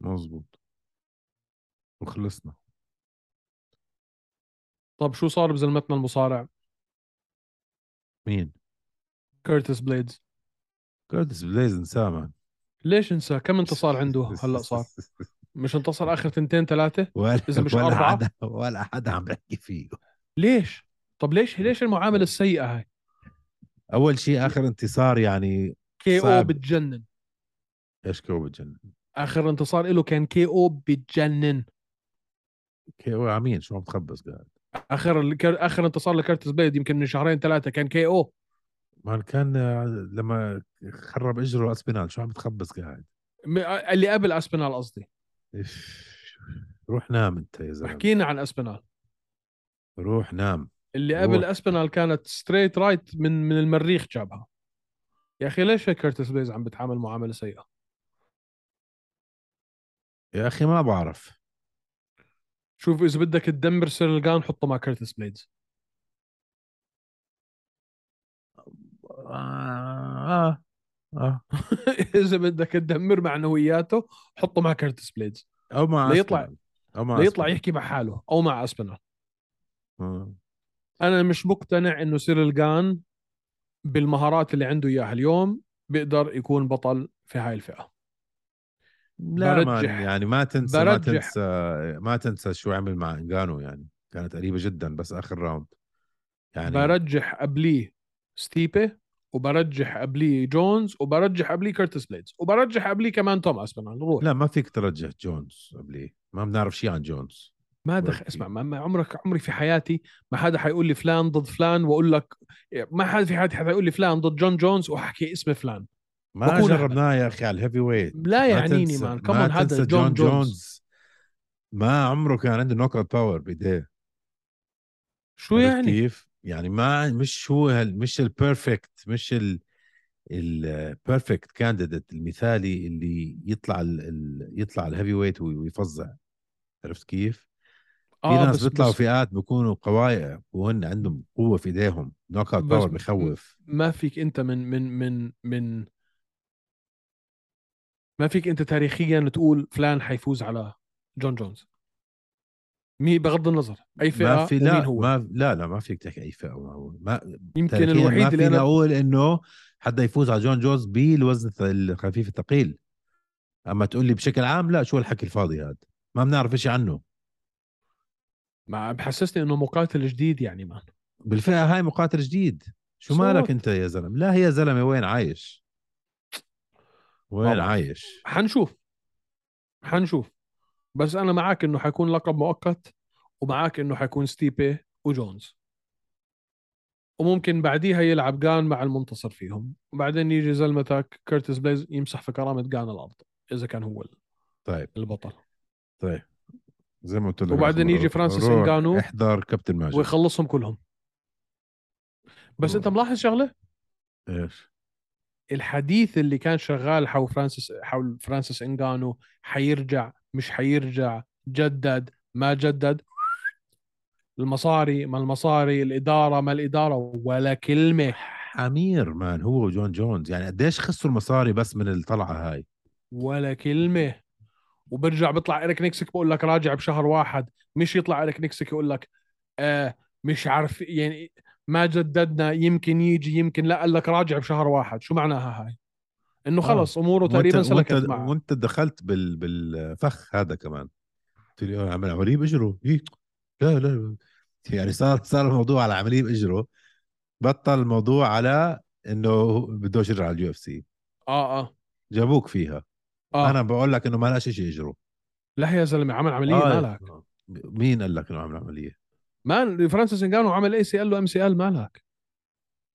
C: مزبوط وخلصنا
B: طب شو صار بزلمتنا المصارع
C: مين؟
B: كيرتس بليدز
C: كورتس بليز انسامه
B: ليش انسى كم انتصار عنده هلا صار مش انتصر اخر تنتين ثلاثه
C: ولا
B: إذا مش
C: ولا
B: أربعة؟
C: حدا ولا حدا عم بحكي فيه
B: ليش طب ليش ليش المعامله السيئه هاي
C: اول شيء اخر انتصار يعني
B: كي او
C: صعب.
B: بتجنن
C: ايش كيو بتجنن
B: اخر انتصار له كان كي او بتجنن
C: كيو عمين شو عم تخبص قاعد
B: اخر الكر... اخر انتصار لكيرتس بليد يمكن من شهرين ثلاثه كان كي او
C: ما كان آه، لما خرب اجره اسبينال شو عم تخبص قاعد
B: م... اللي قبل اسبينال قصدي
C: إف. روح نام انت يا زلمه
B: حكينا عن اسبينال
C: روح نام
B: اللي
C: روح.
B: قبل اسبينال كانت ستريت رايت من من المريخ جابها يا اخي ليش هيك كيرتس بليز عم بتعامل معامله سيئه
C: يا اخي ما بعرف
B: شوف اذا بدك تدمر سيرلغان حطه مع كيرتس بليدز
C: آه. آه. آه.
B: اذا بدك تدمر معنوياته حطه مع كيرتس بليدز
C: او مع
B: ليطلع-
C: أسبينال. او مع
B: ليطلع
C: أسبينال.
B: يحكي مع حاله او مع اسبينال
C: آه.
B: انا مش مقتنع انه سيرلغان بالمهارات اللي عنده اياها اليوم بيقدر يكون بطل في هاي الفئه
C: لا ما
B: برجح-
C: يعني ما تنسى ما
B: برجح.
C: تنسى ما تنسى شو عمل مع انجانو يعني كانت قريبه جدا بس اخر راوند يعني
B: برجح قبليه ستيبي وبرجح قبليه جونز وبرجح قبليه كيرتس بليدز وبرجح قبليه كمان توم اسبينال روح
C: لا ما فيك ترجح جونز قبليه ما بنعرف شيء عن جونز
B: ما دخل
C: وركي.
B: اسمع ما ما عمرك عمري في حياتي ما حدا حيقول لي فلان ضد فلان واقول لك ما حدا في حياتي حدا يقول لي فلان ضد جون جونز واحكي اسم فلان
C: ما
B: بكون أحمد.
C: جربناه يا اخي على الهيفي ويت
B: لا يعنيني
C: تنسى-
B: مان كمان هذا
C: تنسى
B: جون, جون جونز. جونز
C: ما عمره كان عنده نوك اوت باور بايديه
B: شو
C: عرفت
B: يعني
C: كيف؟ يعني ما مش هو هال مش البيرفكت مش ال البيرفكت كانديديت المثالي اللي يطلع ال ال يطلع الهيفي ويت وي- ويفظع عرفت كيف؟ في
B: آه،
C: ناس
B: بس-
C: بيطلعوا
B: بس
C: فئات بيكونوا قوايع وهن عندهم قوه في ايديهم نوك اوت
B: بس-
C: باور بخوف
B: ما فيك انت من من من من ما فيك انت تاريخيا تقول فلان حيفوز على جون جونز مي بغض النظر اي فئه
C: ما في لا
B: ومين هو
C: ما لا لا ما فيك تحكي اي فئه وما هو ما
B: يمكن
C: تاريخياً ما
B: الوحيد اللي
C: فينا
B: انا
C: اقول انه حدا يفوز على جون جونز بالوزن الث- الخفيف الثقيل اما تقول لي بشكل عام لا شو الحكي الفاضي هذا ما بنعرف شيء عنه
B: ما بحسسني انه مقاتل جديد يعني مان
C: بالفئه هاي مقاتل جديد شو
B: صوت.
C: مالك انت يا زلمه لا يا زلمه وين عايش وين
B: طبعاً.
C: عايش
B: حنشوف حنشوف بس انا معك انه حيكون لقب مؤقت ومعك انه حيكون ستيبي وجونز وممكن بعديها يلعب جان مع المنتصر فيهم وبعدين يجي زلمتك كيرتس بليز يمسح في كرامه جان الارض اذا كان هو
C: طيب
B: البطل
C: طيب زي ما قلت لك
B: وبعدين يجي فرانسيس
C: روح
B: إنغانو.
C: احضر كابتن ماجد
B: ويخلصهم كلهم بس
C: مم.
B: انت ملاحظ شغله
C: ايش
B: الحديث اللي كان شغال حول فرانسيس حول فرانسيس انغانو حيرجع مش حيرجع جدد ما جدد المصاري ما المصاري الاداره ما الاداره ولا كلمه
C: حمير مان هو وجون جونز يعني قديش خسوا المصاري بس من الطلعه هاي
B: ولا كلمه وبرجع بيطلع اريك نيكسك بقول لك راجع بشهر واحد مش يطلع اريك نيكسك يقول لك آه مش عارف يعني ما جددنا يمكن يجي يمكن لا قال لك راجع بشهر واحد شو معناها هاي انه خلص اموره تقريبا
C: وانت, وانت,
B: سلكت معه
C: وانت دخلت بال بالفخ هذا كمان قلت لي آه، عمل عمليه باجره إيه. لا لا يعني صار صار الموضوع على عمليه باجره بطل الموضوع على انه بدوش يرجع على اليو اف سي
B: اه اه
C: جابوك فيها
B: اه
C: انا بقول لك انه ما لقاش شيء اجره
B: لا يا زلمه عمل عمليه
C: آه،
B: مالك
C: مين قال لك انه عمل عمليه
B: مان فرانسيس انجانو عمل اي سي ال وام سي ال مالك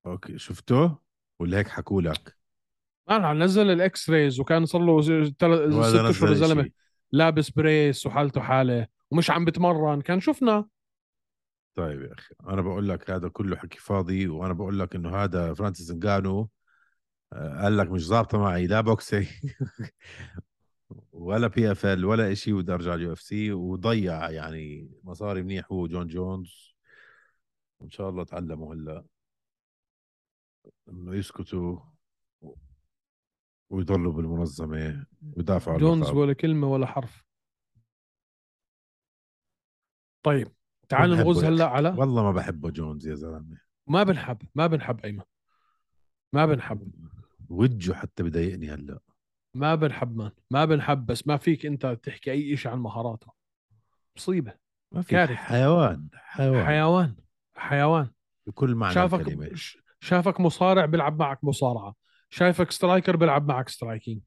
C: اوكي شفته ولا هيك حكوا لك
B: مان نزل الاكس ريز وكان صار له ز- تل...
C: ولا
B: ست
C: نزل
B: اشهر
C: إشي.
B: الزلمه لابس بريس وحالته حاله ومش عم بتمرن كان شفنا
C: طيب يا اخي انا بقول لك هذا كله حكي فاضي وانا بقول لك انه هذا فرانسيس انجانو آه، قال لك مش ظابطه معي لا بوكسي ولا بي اف ال ولا شيء وبدي ارجع اليو اف سي وضيع يعني مصاري منيح هو جون جونز ان شاء الله تعلموا هلا انه يسكتوا و- ويضلوا بالمنظمه ويدافعوا عن
B: جونز
C: اللقب.
B: ولا كلمه ولا حرف طيب تعال
C: بنحبه
B: نغوز
C: يا
B: هلا
C: أخي.
B: على
C: والله ما بحبه جونز يا زلمه
B: ما بنحب ما بنحب ايمن ما بنحب
C: وجهه حتى بضايقني هلا
B: ما بنحب مان ما بنحب بس ما فيك انت تحكي اي شيء عن مهاراته مصيبه
C: ما في
B: كارثة.
C: حيوان حيوان
B: حيوان حيوان
C: بكل معنى الكلمه
B: شافك ش- شافك مصارع بيلعب معك مصارعه شايفك سترايكر بيلعب معك سترايكينج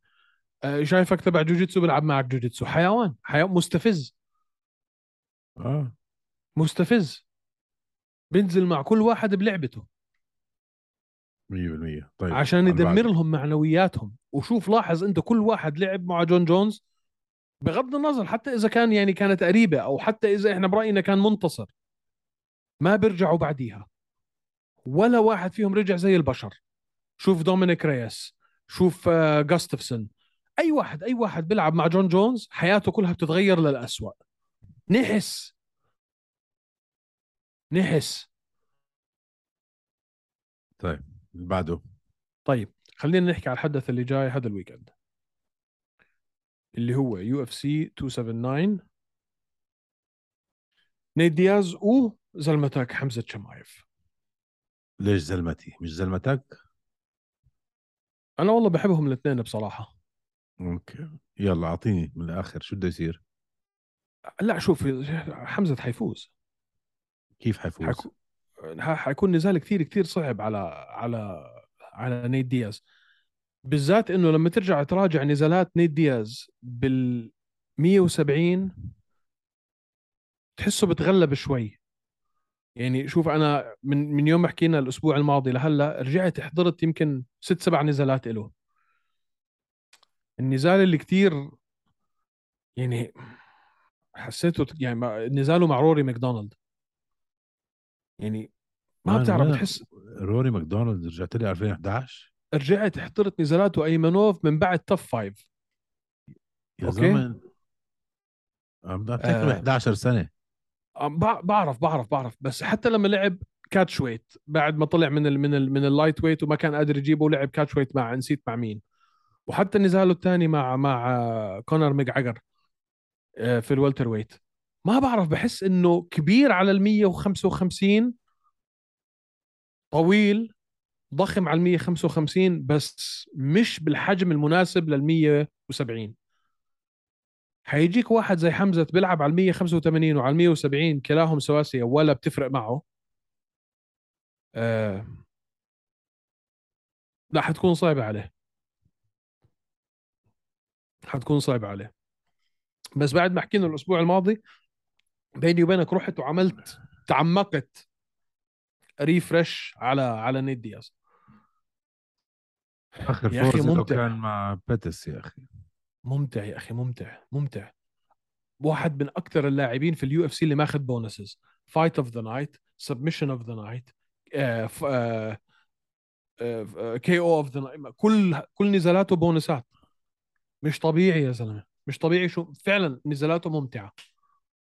B: آه، شايفك تبع جوجيتسو بيلعب معك جوجيتسو حيوان حيوان مستفز
C: اه
B: مستفز بينزل مع كل واحد بلعبته
C: 100% طيب
B: عشان
C: عن
B: يدمر
C: بعد.
B: لهم معنوياتهم وشوف لاحظ انت كل واحد لعب مع جون جونز بغض النظر حتى اذا كان يعني كانت قريبه او حتى اذا احنا براينا كان منتصر ما بيرجعوا بعديها ولا واحد فيهم رجع زي البشر شوف دومينيك ريس شوف آه، جاستفسون اي واحد اي واحد بيلعب مع جون جونز حياته كلها بتتغير للأسوأ نحس نحس
C: اللي بعده
B: طيب خلينا نحكي على الحدث اللي جاي هذا الويكند اللي هو يو اف سي 279 نيت دياز وزلمتك حمزه شمايف
C: ليش زلمتي مش زلمتك
B: انا والله بحبهم الاثنين بصراحه
C: اوكي يلا اعطيني من الاخر شو بده يصير
B: لا شوف حمزه حيفوز
C: كيف حيفوز
B: حكو... ح- حيكون نزال كثير كثير صعب على على على نيت دياز بالذات انه لما ترجع تراجع نزالات نيت دياز بال 170 تحسه بتغلب شوي يعني شوف انا من من يوم ما حكينا الاسبوع الماضي لهلا رجعت حضرت يمكن ست سبع نزالات له النزال اللي كتير يعني حسيته يعني ما- نزاله مع روري ماكدونالد يعني ما
C: مان،
B: بتعرف
C: وين-
B: بتحس
C: روري ماكدونالد رجعت لي 2011
B: رجعت حضرت نزالاته ايمنوف من بعد توب فايف
C: يا
B: أوكي.
C: زلمه عم بحكي
B: آه.
C: آه. 11 سنه
B: أم آه، بع- بعرف بعرف بعرف بس حتى لما لعب كاتش ويت بعد ما طلع من ال من ال من اللايت ويت وما كان قادر يجيبه لعب كاتش ويت مع نسيت مع مين وحتى نزاله الثاني مع مع آه، كونر ماجعجر آه، في الوالتر ويت ما بعرف بحس انه كبير على ال 155 طويل ضخم على ال 155 بس مش بالحجم المناسب لل 170 حيجيك واحد زي حمزه بيلعب على ال 185 وعلى ال 170 كلاهم سواسيه ولا بتفرق معه آه لا حتكون صعبه عليه حتكون صعبه عليه بس بعد ما حكينا الاسبوع الماضي بيني وبينك رحت وعملت تعمقت ريفرش على على نيد دياز
C: اخر
B: يا أخي
C: فوز له
B: ممتع.
C: كان مع بيتس يا اخي
B: ممتع يا اخي ممتع ممتع واحد من اكثر اللاعبين في اليو اف سي اللي ماخذ بونسز فايت اوف ذا نايت سبمشن اوف ذا نايت آه، كي او اوف ذا نايت كل كل نزالاته بونسات مش طبيعي يا زلمه مش طبيعي شو فعلا نزالاته ممتعه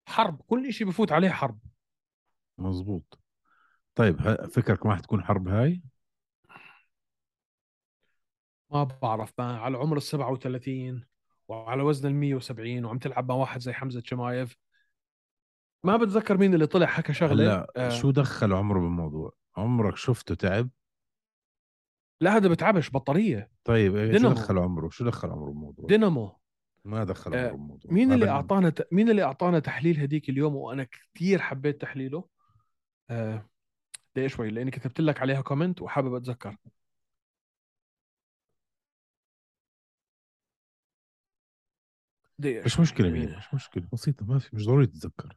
B: حرب كل شيء بفوت عليه حرب
C: مزبوط طيب ه- فكرك ما حتكون حرب هاي
B: ما بعرف ما على عمر ال 37 وعلى وزن ال 170 وعم تلعب مع واحد زي حمزه شمايف ما بتذكر مين اللي طلع حكى شغله
C: هلا
B: آه،
C: شو دخل عمره بالموضوع عمرك شفته تعب
B: لا هذا بتعبش بطاريه
C: طيب إيه شو
B: دينامو.
C: دخل عمره شو دخل عمره بالموضوع
B: دينامو
C: ما دخل
B: آه،
C: عمره بالموضوع
B: مين
C: ما
B: اللي
C: بن-
B: اعطانا ت... مين اللي اعطانا تحليل هديك اليوم وانا كثير حبيت تحليله آه... دقيقة شوي لاني كتبت لك عليها كومنت وحابب اتذكر دقيقة
C: مش
B: شوي.
C: مشكله مين مش مشكله بسيطه ما في مش ضروري تتذكر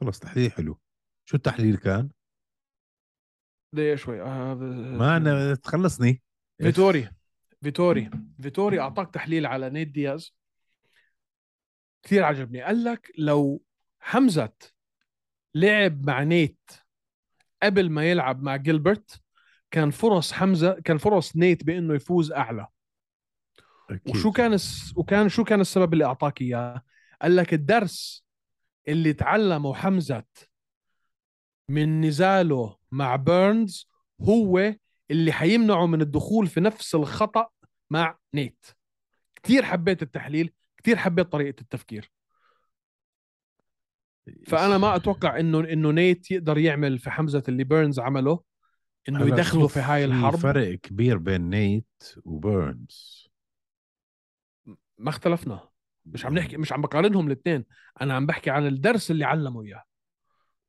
C: خلص تحليل حلو شو التحليل كان
B: دقيقة شوي آه...
C: ما انا تخلصني
B: فيتوري فيتوري فيتوري اعطاك تحليل على نيت دياز كثير عجبني قال لك لو حمزه لعب مع نيت قبل ما يلعب مع جيلبرت كان فرص حمزه كان فرص نيت بانه يفوز اعلى
C: أكيد.
B: وشو كان الس... وكان شو كان السبب اللي اعطاك اياه قال لك الدرس اللي تعلمه حمزه من نزاله مع بيرنز هو اللي حيمنعه من الدخول في نفس الخطا مع نيت كثير حبيت التحليل كثير حبيت طريقه التفكير فانا ما اتوقع انه انه نيت يقدر يعمل في حمزه اللي بيرنز عمله انه
C: هلا
B: يدخله
C: شوف،
B: في هاي
C: في
B: الحرب
C: فرق كبير بين نيت وبيرنز
B: ما اختلفنا مش عم نحكي مش عم بقارنهم الاثنين انا عم بحكي عن الدرس اللي علمه اياه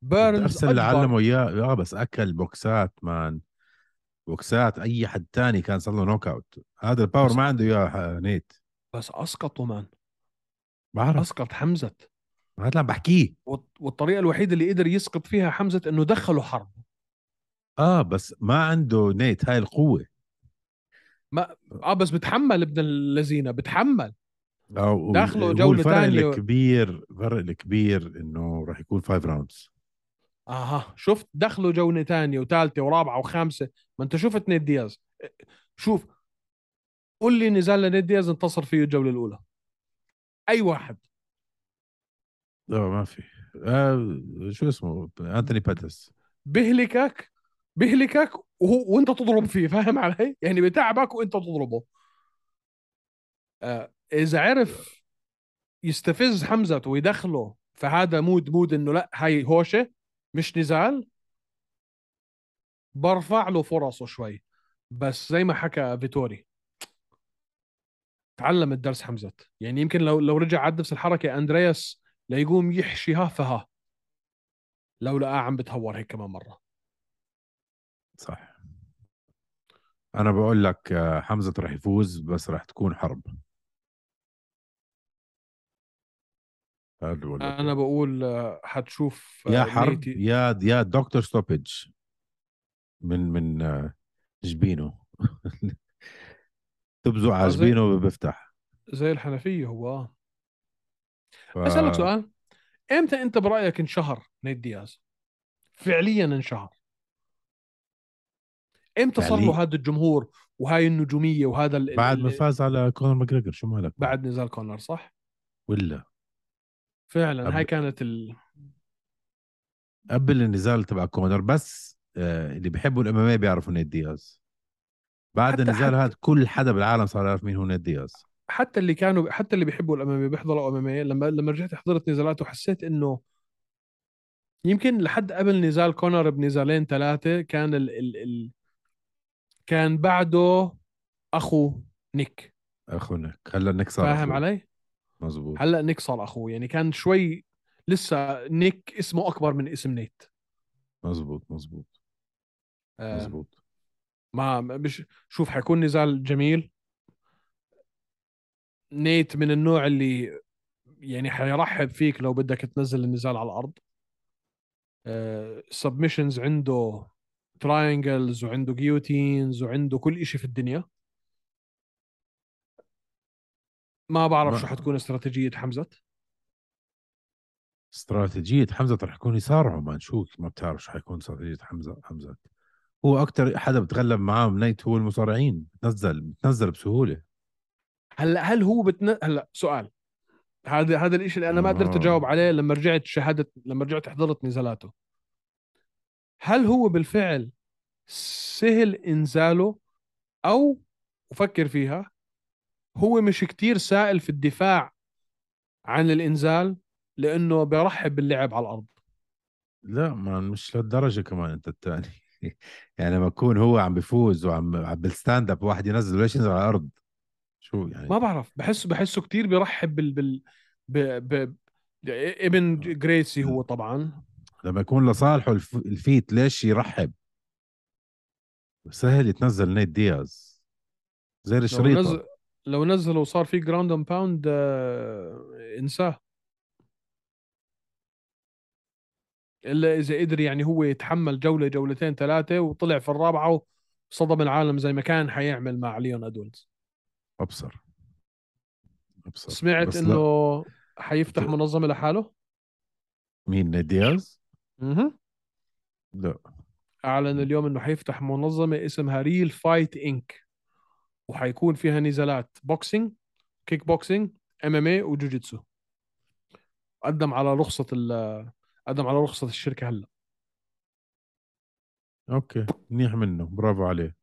B: بيرنز
C: الدرس اللي
B: أكبر-
C: علمه اياه اه بس اكل بوكسات مان بوكسات اي حد تاني كان صار له نوك اوت هذا الباور
B: بس-
C: ما عنده اياه ح- نيت
B: بس اسقطه مان
C: بعرف
B: اسقط حمزه
C: هذا اللي عم بحكيه
B: والط- والطريقه الوحيده اللي قدر يسقط فيها حمزه انه دخله حرب
C: اه بس ما عنده نيت هاي القوه
B: اه بس بتحمل ابن اللذينه بتحمل
C: أو
B: دخله
C: هو
B: جولة
C: الفرق
B: تانية.
C: الكبير الفرق الكبير انه راح يكون فايف راوندز
B: اها شفت دخله جوله ثانيه وثالثه ورابعه وخامسه ما انت شفت نيد دياز إيه، شوف قول لي نزال لنيد دياز انتصر فيه الجوله الاولى اي واحد
C: لا ما في آه شو اسمه انتوني باتس
B: بهلكك بهلكك وهو وانت تضرب فيه فاهم علي؟ يعني بتعبك وانت تضربه. آه اذا عرف يستفز حمزه ويدخله في هذا مود مود انه لا هاي هوشه مش نزال برفع له فرصه شوي بس زي ما حكى فيتوري تعلم الدرس حمزه يعني يمكن لو لو رجع عاد نفس الحركه اندرياس ليقوم يحشيها فها لو لقاه عم بتهور هيك كمان مره
C: صح انا بقول لك آه، حمزه راح يفوز بس راح تكون حرب هذا اللي بقول لك.
B: انا بقول آه، حتشوف آه،
C: يا حرب
B: نيتي-
C: يا يا دكتور ستوبج من من آه، جبينه تبزق على
B: قصدي؟
C: جبينه بفتح
B: زي الحنفيه هو
C: ف...
B: اسالك سؤال امتى انت برايك انشهر نيت دياز فعليا انشهر امتى صار
C: فعليا؟
B: له هذا الجمهور وهاي النجوميه وهذا ال...
C: بعد ما
B: ال...
C: فاز على كونر ماجريجر شو مالك
B: بعد نزال كونر صح
C: ولا
B: فعلا
C: قبل-
B: هاي كانت ال...
C: قبل النزال تبع كونر بس آه، اللي بيحبوا الام بيعرفوا نيد دياز بعد
B: حتى-
C: النزال
B: حتى-
C: هذا كل حدا بالعالم صار يعرف مين هو نيد دياز
B: حتى اللي كانوا حتى اللي بيحبوا الامامي بيحضروا امامي لما لما رجعت حضرت نزالاته حسيت انه يمكن لحد قبل نزال كونر بنزالين ثلاثه كان ال ال ال كان بعده اخو نيك
C: اخونا هلا نيك صار
B: فاهم
C: أخوه.
B: علي؟
C: مزبوط
B: هلا نيك صار اخوه يعني كان شوي لسه نيك اسمه اكبر من اسم نيت
C: مزبوط مزبوط
B: آه،
C: مزبوط
B: ما مش شوف حيكون نزال جميل نيت من النوع اللي يعني حيرحب فيك لو بدك تنزل النزال على الارض سبمشنز عنده تراينجلز وعنده جيوتينز وعنده كل إشي في الدنيا ما بعرف
C: ما-
B: شو حتكون استراتيجية حمزة
C: استراتيجيه حمزه رح يكون يصارعوا ما نشوف ما بتعرف شو حيكون استراتيجيه حمزه حمزه هو اكثر حدا بتغلب معاه من نيت هو المصارعين بتنزل بتنزل بسهوله
B: هلا هل هو بتن... هلا سؤال هذا هذا الشيء اللي انا ما قدرت
C: آه.
B: اجاوب عليه لما رجعت شهدت لما رجعت حضرت نزالاته هل هو بالفعل سهل انزاله او افكر فيها هو مش كتير سائل في الدفاع عن الانزال لانه بيرحب باللعب على الارض
C: لا ما مش لهالدرجه كمان انت الثاني يعني لما يكون هو عم بيفوز وعم عم بالستاند اب واحد ينزل ليش ينزل على الارض شو يعني
B: ما بعرف بحس بحسه كتير بيرحب بال بال ب... ب... ابن جريسي هو طبعا
C: لما يكون لصالحه الف... الفيت ليش يرحب سهل يتنزل نيت دياز زي
B: لو
C: الشريطه
B: نزل لو نزله وصار في جراوند اند باوند آه، انساه الا اذا قدر يعني هو يتحمل جوله جولتين ثلاثه وطلع في الرابعه وصدم العالم زي ما كان حيعمل مع ليون ادولز
C: ابصر ابصر
B: سمعت
C: بس لا.
B: انه حيفتح
C: ت-
B: منظمه لحاله
C: مين نيت دياز؟ لا
B: اعلن اليوم انه حيفتح منظمه اسمها ريل فايت انك وحيكون فيها نزالات بوكسينج كيك بوكسينج ام ام اي وجوجيتسو قدم على رخصه ال قدم على رخصه الشركه هلا
C: اوكي منيح منه برافو عليه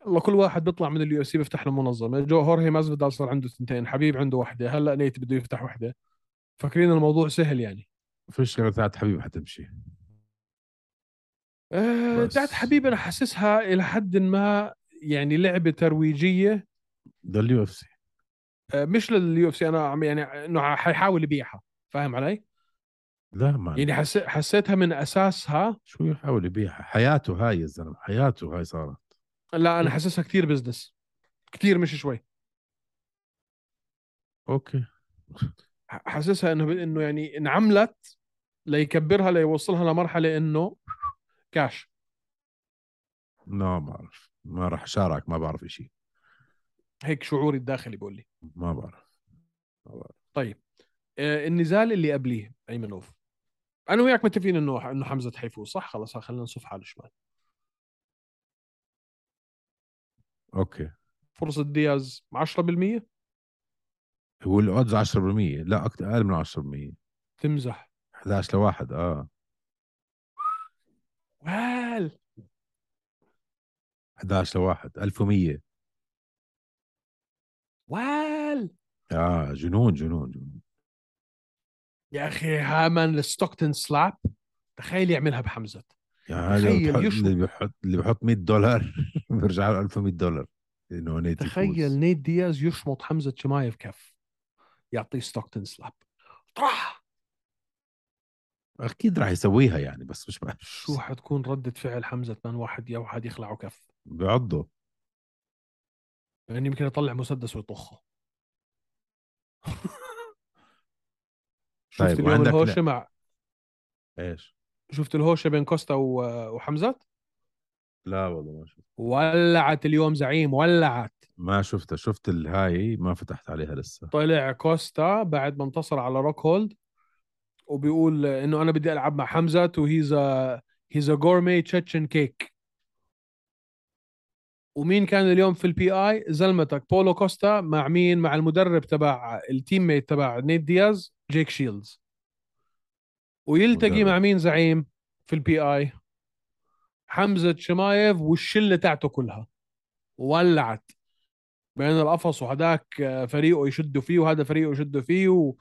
B: والله كل واحد بيطلع من اليو اس سي بيفتح له منظمه جو هورهي مازفيدال صار عنده اثنتين حبيب عنده واحده هلا نيت بده يفتح واحده فاكرين الموضوع سهل يعني
C: فيش غير تاعت حبيب حتمشي
B: أه
C: بس.
B: بتاعت حبيب انا حاسسها الى حد ما يعني لعبه ترويجيه
C: ده اليو اف سي
B: آه، مش لليو اف سي انا عم يعني انه ع- حيحاول يبيعها فاهم علي؟
C: لا ما
B: يعني حس... حسيتها من اساسها
C: شو يحاول يبيعها حياته هاي يا زلمه حياته هاي صارت
B: لا انا حاسسها كثير بزنس كثير مش شوي
C: اوكي
B: ح- حاسسها انه انه يعني انعملت ليكبرها ليوصلها لمرحله انه كاش
C: لا ما بعرف ما راح اشارك ما بعرف شيء
B: هيك شعوري الداخلي بيقول لي
C: ما بعرف
B: آه، النزال اللي قبليه ايمنوف انا وياك متفقين انه انه حمزه حيفوز صح خلص خلينا نصف حاله شمال
C: اوكي
B: فرصه دياز 10%
C: هو الاودز 10% لا اكثر اقل من 10%
B: تمزح
C: 11 لواحد اه
B: وال
C: 11 لواحد 1100
B: وال
C: اه جنون جنون جنون
B: يا اخي هامان الستوكتن سلاب تخيل يعملها بحمزه
C: يعني هذا
B: تخيل
C: بتحط-
B: يشو-
C: اللي بيحط اللي بيحط 100 دولار بيرجع له 1100 دولار انه نيت يفوز.
B: تخيل نيت دياز يشمط حمزه شمايف كف يعطيه ستوكتن سلاب طرح
C: اكيد راح يسويها يعني بس مش بعرف
B: شو حتكون ردة فعل حمزة من واحد يا واحد يخلعه كف
C: بعضه
B: يعني يمكن يطلع مسدس ويطخه شفت
C: طيب،
B: اليوم
C: وعندك
B: الهوشة
C: لا.
B: مع
C: ايش
B: شفت الهوشة بين كوستا و- وحمزة
C: لا والله ما شفت
B: ولعت اليوم زعيم ولعت
C: ما شفتها شفت الهاي ما فتحت عليها لسه
B: طلع كوستا بعد ما انتصر على روك هولد وبيقول انه انا بدي العب مع حمزه وهيز ا هيز ا جورمي تشيتشن كيك ومين كان اليوم في البي اي زلمتك بولو كوستا مع مين مع المدرب تبع التيم ميت تبع نيت دياز جيك شيلدز ويلتقي
C: مدرب.
B: مع مين زعيم في البي اي حمزه شمايف والشله تاعته كلها ولعت بين القفص وهداك فريقه يشدوا فيه وهذا فريقه يشدوا فيه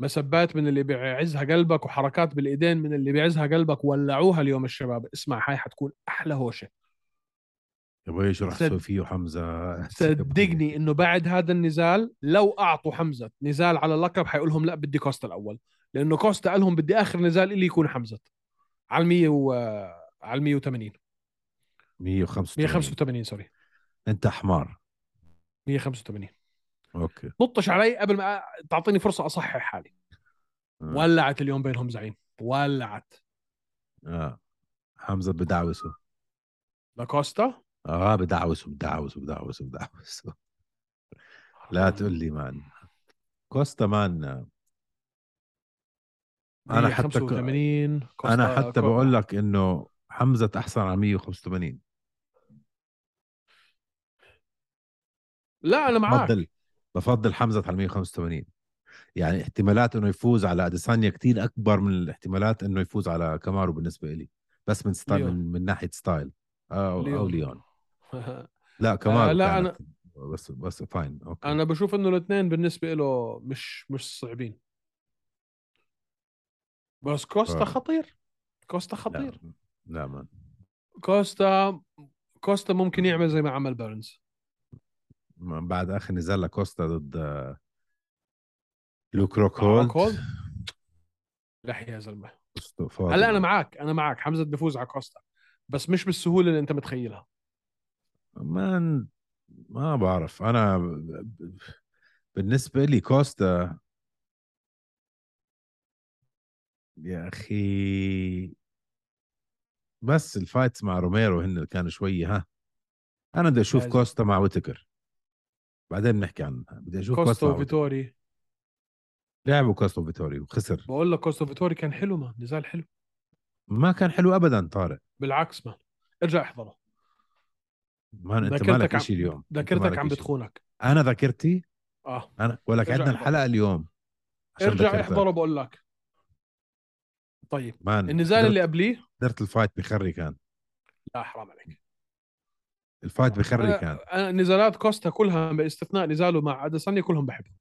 B: ومسبات من اللي بيعزها قلبك وحركات بالايدين من اللي بيعزها قلبك ولعوها اليوم الشباب اسمع هاي حتكون احلى هوشه
C: يا بوي شو راح
B: صد-
C: تسوي فيه حمزه
B: صدقني انه بعد هذا النزال لو اعطوا حمزه نزال على اللقب حيقول لهم لا بدي كوستا الاول لانه كوستا قال لهم بدي اخر نزال اللي يكون حمزه على ال 100 و على ال 180
C: 185
B: 185 سوري
C: انت حمار
B: 185
C: اوكي
B: لطش علي قبل ما تعطيني فرصه اصحح حالي
C: آه.
B: ولعت اليوم بينهم زعيم ولعت
C: اه حمزه بدعوسه
B: لاكوستا
C: اه بدعوسه بدعوسه بدعوسه بدعوسه لا تقول لي مان كوستا مان أنا حتى ك-
B: 85
C: انا حتى بقول لك انه حمزه احسن على 185
B: لا انا معك
C: بفضل بفضل حمزه على 185 يعني احتمالات انه يفوز على اديسانيا كتير اكبر من الاحتمالات انه يفوز على كامارو بالنسبه لي بس من ستايل
B: ليون.
C: من, من ناحيه ستايل او ليون. او
B: ليون.
C: ليون لا كامارو
B: آه، لا،
C: كانت. بس بس فاين اوكي
B: انا بشوف انه الاثنين بالنسبه له مش مش صعبين بس كوستا
C: آه.
B: خطير كوستا
C: لا.
B: خطير
C: لا مان
B: كوستا كوستا ممكن يعمل زي ما عمل بيرنز
C: ما- بعد اخر نزال لكوستا ضد آه، لوك روك
B: مع روك
C: هولد
B: هولد. لح يا زلمه
C: أسطو- فاضي.
B: هلا انا معك انا معك حمزه بفوز على كوستا بس مش بالسهوله اللي انت متخيلها
C: ما ما بعرف انا ب- ب- بالنسبه لي كوستا يا اخي بس الفايتس مع روميرو هن اللي كانوا شويه ها انا بدي اشوف
B: لازم.
C: كوستا مع ويتكر بعدين بنحكي عنها بدي اشوف كوستا,
B: كوستا
C: مع ويتكر.
B: وفيتوري
C: لعبوا كوستا وفيتوري وخسر
B: بقول لك كوستا وفيتوري كان حلو ما نزال حلو
C: ما كان حلو ابدا طارق
B: بالعكس ما ارجع احضره
C: ما انت
B: ذاكرتك
C: مالك
B: عم-
C: شيء اليوم أنت مالك
B: ذاكرتك عم
C: إشي.
B: بتخونك
C: انا ذاكرتي
B: اه
C: انا ولك
B: ارجع
C: عندنا
B: احضر.
C: الحلقه اليوم عشان
B: ارجع
C: ذاكرتك.
B: احضره بقول لك طيب
C: مان
B: النزال
C: درت-
B: اللي قبليه
C: درت الفايت بخري كان
B: لا حرام عليك
C: الفايت بخري
B: أنا-
C: كان
B: انا نزالات كوستا كلها باستثناء نزاله مع اديسانيا كلهم بحبهم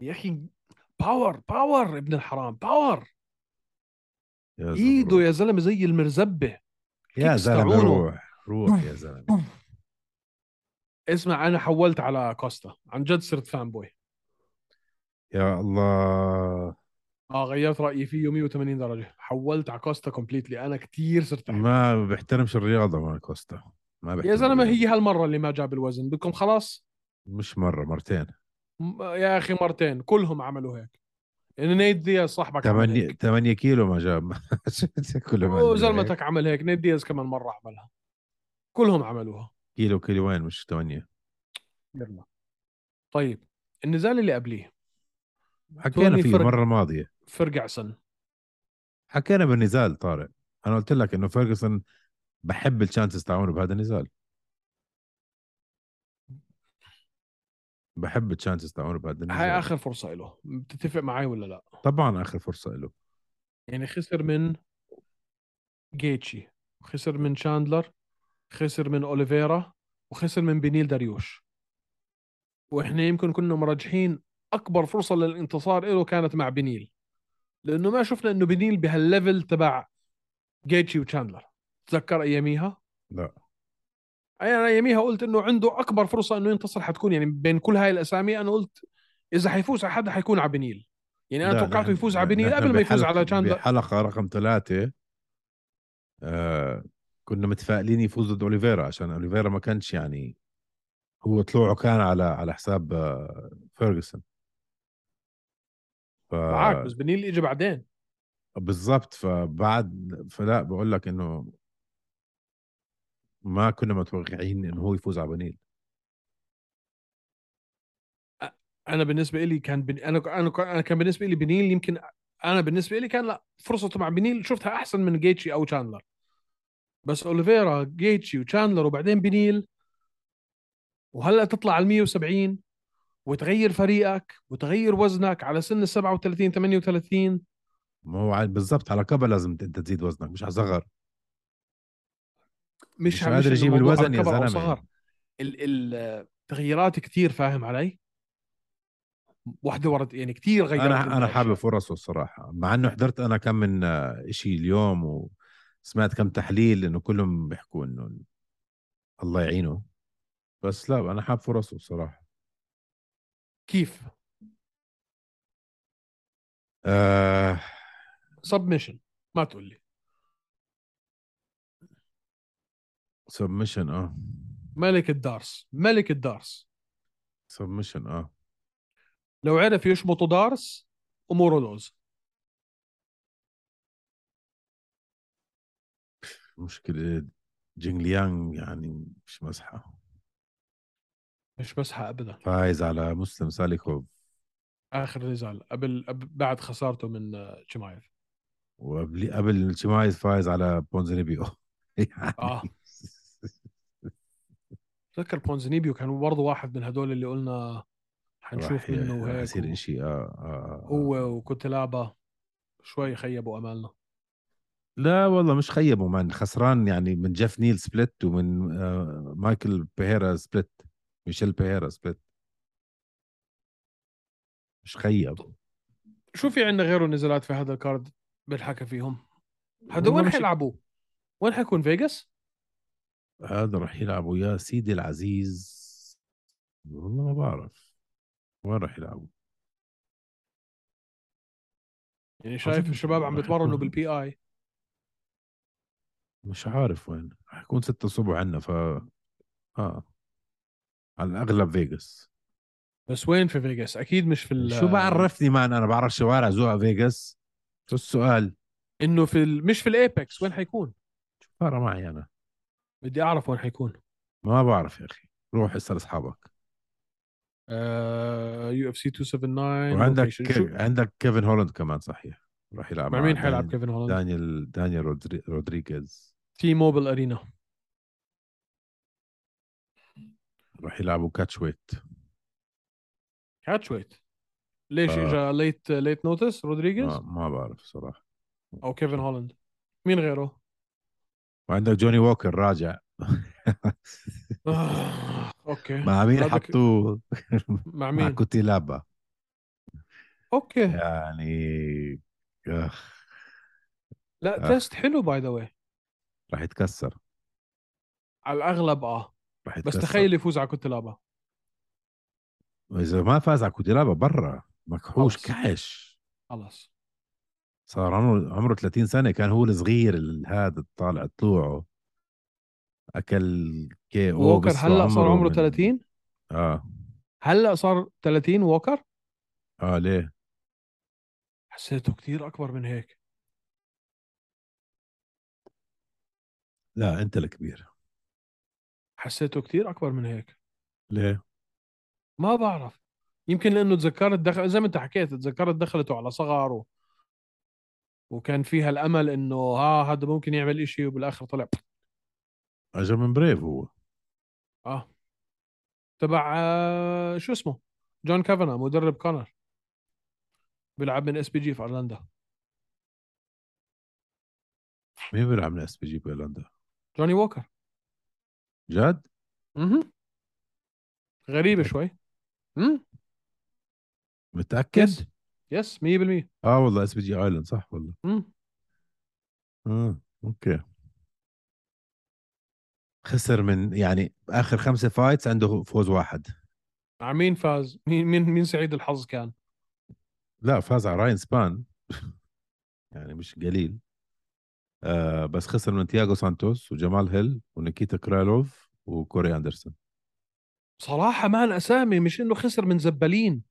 B: يا اخي باور باور ابن الحرام باور
C: يا زلمة
B: ايده
C: روح.
B: يا زلمه زي المرزبه
C: يا
B: كيكس
C: زلمه
B: تبعونه.
C: روح روح يا زلمه
B: اسمع انا حولت على كوستا عن جد صرت فان بوي
C: يا الله
B: اه غيرت رايي فيه 180 درجه حولت على كوستا كومبليتلي انا كثير صرت أحبه.
C: ما بيحترمش الرياضه مان كوستا ما بيحترم
B: يا زلمه
C: الرياضة.
B: هي هالمره اللي ما جاب الوزن بدكم خلاص
C: مش مره مرتين
B: م- يا اخي مرتين كلهم عملوا هيك إن نيد دياز صاحبك عمل
C: 8
B: هيك
C: 8 كيلو ما جاب كله ما عملوا هيك.
B: وزلمتك عمل هيك نيد دياز كمان مره عملها كلهم عملوها
C: كيلو كيلوين مش 8
B: يلا طيب النزال اللي قبليه
C: حكينا
B: توني
C: فيه
B: فرق.
C: المره الماضيه
B: فرقعسن
C: حكينا بالنزال طارق انا قلت لك انه فيرجسون بحب الشانسز تاعونه بهذا النزال بحب الشانسز تاعونه بهذا النزال
B: هاي اخر فرصه له بتتفق معي ولا لا
C: طبعا اخر فرصه له
B: يعني خسر من جيتشي خسر من شاندلر خسر من اوليفيرا وخسر من بنيل داريوش واحنا يمكن كنا مرجحين اكبر فرصه للانتصار له كانت مع بنيل لانه ما شفنا انه بنيل بهالليفل تبع جيتشي وشاندلر تذكر اياميها
C: لا
B: أي انا اياميها قلت انه عنده اكبر فرصه انه ينتصر حتكون يعني بين كل هاي الاسامي انا قلت اذا حيفوز على حدا حيكون على بنيل يعني انا
C: لا،
B: توقعته
C: نحن-
B: يفوز على
C: نحن
B: بنيل قبل ما يفوز
C: بحلقة-
B: على شاندلر
C: بحلقه رقم ثلاثه آه كنا متفائلين يفوز ضد اوليفيرا عشان اوليفيرا ما كانش يعني هو طلوعه كان على على حساب آه فيرجسون ف...
B: معك بس بنيل اجى بعدين
C: بالضبط فبعد فلا بقول لك انه ما كنا متوقعين انه هو يفوز على بنيل
B: انا بالنسبه لي كان بن... انا انا انا كان بالنسبه لي بنيل يمكن انا بالنسبه لي كان لا فرصته مع بنيل شفتها احسن من جيتشي او تشاندلر بس اوليفيرا جيتشي وتشاندلر وبعدين بنيل وهلا تطلع على 170 وتغير فريقك وتغير وزنك على سن ال 37 38
C: ما هو عاد- بالضبط على كبر لازم انت تزيد وزنك مش على صغر
B: مش
C: مش قادر
B: إنه
C: يجيب
B: الموضوع
C: الوزن يا
B: كبر أو
C: زلمه
B: صغر. ال- ال- التغييرات كثير فاهم علي؟ واحده ورا يعني كثير غيرت
C: انا انا
B: الأشياء.
C: حابب فرصه الصراحه مع انه حضرت انا كم من شيء اليوم وسمعت كم تحليل انه كلهم بيحكوا انه الله يعينه بس لا انا حابب فرصه الصراحه
B: كيف؟
C: آه
B: سبمشن ما تقول لي
C: سبمشن اه
B: ملك الدارس ملك الدارس
C: سبمشن اه
B: لو عرف يشمطه دارس اموره لوز
C: مشكله جينغليانغ يعني مش مزحه
B: مش مسحه ابدا
C: فايز على مسلم ساليكوف
B: اخر نزال قبل قبل- بعد خسارته من آه، تشمايف
C: وقبل قبل شمايز فايز على بونزريبيو يعني
B: آه. بتذكر بونزنيبيو كان برضه واحد من هدول اللي قلنا
C: راح
B: حنشوف منه
C: راح
B: وهيك
C: يصير
B: و-
C: شيء آه, آه, آه
B: هو وكوتلابا شوي خيبوا امالنا
C: لا والله مش خيبوا مان خسران يعني من جيف نيل سبلت ومن آه مايكل بيهيرا سبلت ميشيل بيهيرا سبلت مش خيب
B: شو في عندنا غيره نزلات في هذا الكارد بالحكى فيهم هدول
C: والله
B: وين
C: مش-
B: حيلعبوا؟ وين حيكون فيجاس؟
C: هذا رح يلعبوا يا سيدي العزيز والله ما بعرف وين رح يلعبوا
B: يعني شايف
C: أظن
B: الشباب عم
C: رح
B: بيتمرنوا
C: يكون-
B: بالبي اي
C: مش عارف وين رح يكون ستة الصبح عنا ف اه على الاغلب فيغاس
B: بس وين في فيجاس؟ اكيد مش في ال-
C: شو بعرفني مان انا بعرف شوارع زوها فيغاس شو السؤال
B: انه في ال... مش في الايبكس وين حيكون؟
C: شو فارق معي انا
B: بدي اعرف وين حيكون
C: ما بعرف يا اخي روح اسال اصحابك
B: آه، يو اف سي 279
C: وعندك
B: location. شو-
C: كيف... عندك كيفن هولاند كمان صحيح راح يلعب
B: مع مين حيلعب كيفن
C: دانيال-
B: هولاند؟
C: دانيال دانيال رودري... رودريغيز
B: تي موبل ارينا
C: راح يلعبوا كاتش ويت
B: كاتش ويت ليش
C: آه.
B: اجى ليت ليت نوتس رودريغيز
C: ما... ما بعرف صراحه
B: او كيفن هولاند مين غيره؟
C: وعندك جوني ووكر راجع
B: آه، اوكي
C: مع مين
B: هذاك-
C: حطوه
B: مع
C: مع
B: مين؟
C: كوتيلابا آه.
B: اوكي
C: يعني اخ
B: لا
C: آه.
B: تيست حلو باي ذا واي
C: راح يتكسر
B: على الاغلب اه
C: راح
B: بس
C: يتكسر
B: تخيل يفوز على كوتلابا
C: اذا ما فاز على كوتيلابا برا مكحوش
B: خلص.
C: كحش
B: خلاص
C: صار عمره عمره 30 سنه كان هو الصغير ال- هذا الطالع طلوعه اكل كي او
B: ووكر
C: بس
B: هلا صار عمره
C: من-
B: 30
C: اه
B: هلا صار 30 ووكر
C: اه ليه
B: حسيته كتير اكبر من هيك
C: لا انت الكبير
B: حسيته كتير اكبر من هيك
C: ليه
B: ما بعرف يمكن لانه تذكرت دخل زي ما انت حكيت تذكرت دخلته على صغر و... وكان فيها الامل انه ها هذا ممكن يعمل إشي وبالاخر طلع
C: اجى من بريف هو
B: اه تبع آه، شو اسمه جون كافانا مدرب كونر بيلعب من اس بي جي في ايرلندا
C: مين بيلعب من اس بي جي بهولندا
B: جوني ووكر
C: جد
B: اها غريبه شوي امم
C: متاكد
B: يس يس 100%
C: اه والله اس بي جي ايلاند صح والله
B: امم
C: اه اوكي خسر من يعني اخر خمسه فايتس عنده فوز واحد
B: على مين فاز مين مين مين سعيد الحظ كان
C: لا فاز على راين سبان يعني مش قليل آه بس خسر من تياغو سانتوس وجمال هيل ونيكيتا كرالوف وكوري اندرسون
B: صراحه مان اسامي مش انه خسر من زبالين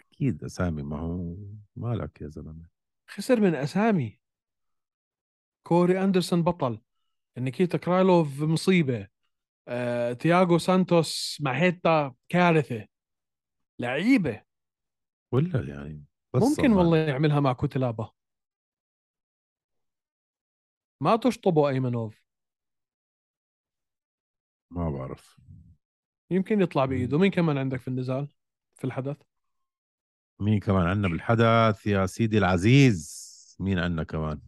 C: اكيد اسامي ما هو مالك يا زلمه
B: خسر من اسامي كوري اندرسون بطل نيكيتا كرايلوف مصيبه آه، تياغو سانتوس ماهيتا كارثه لعيبه
C: ولا يعني بس
B: ممكن
C: صدمة.
B: والله يعملها مع كوتلابا ما تشطبوا ايمنوف
C: ما بعرف
B: يمكن يطلع
C: مم.
B: بايده مين كمان عندك في النزال في الحدث
C: مين كمان عندنا بالحدث يا سيدي العزيز مين عندنا كمان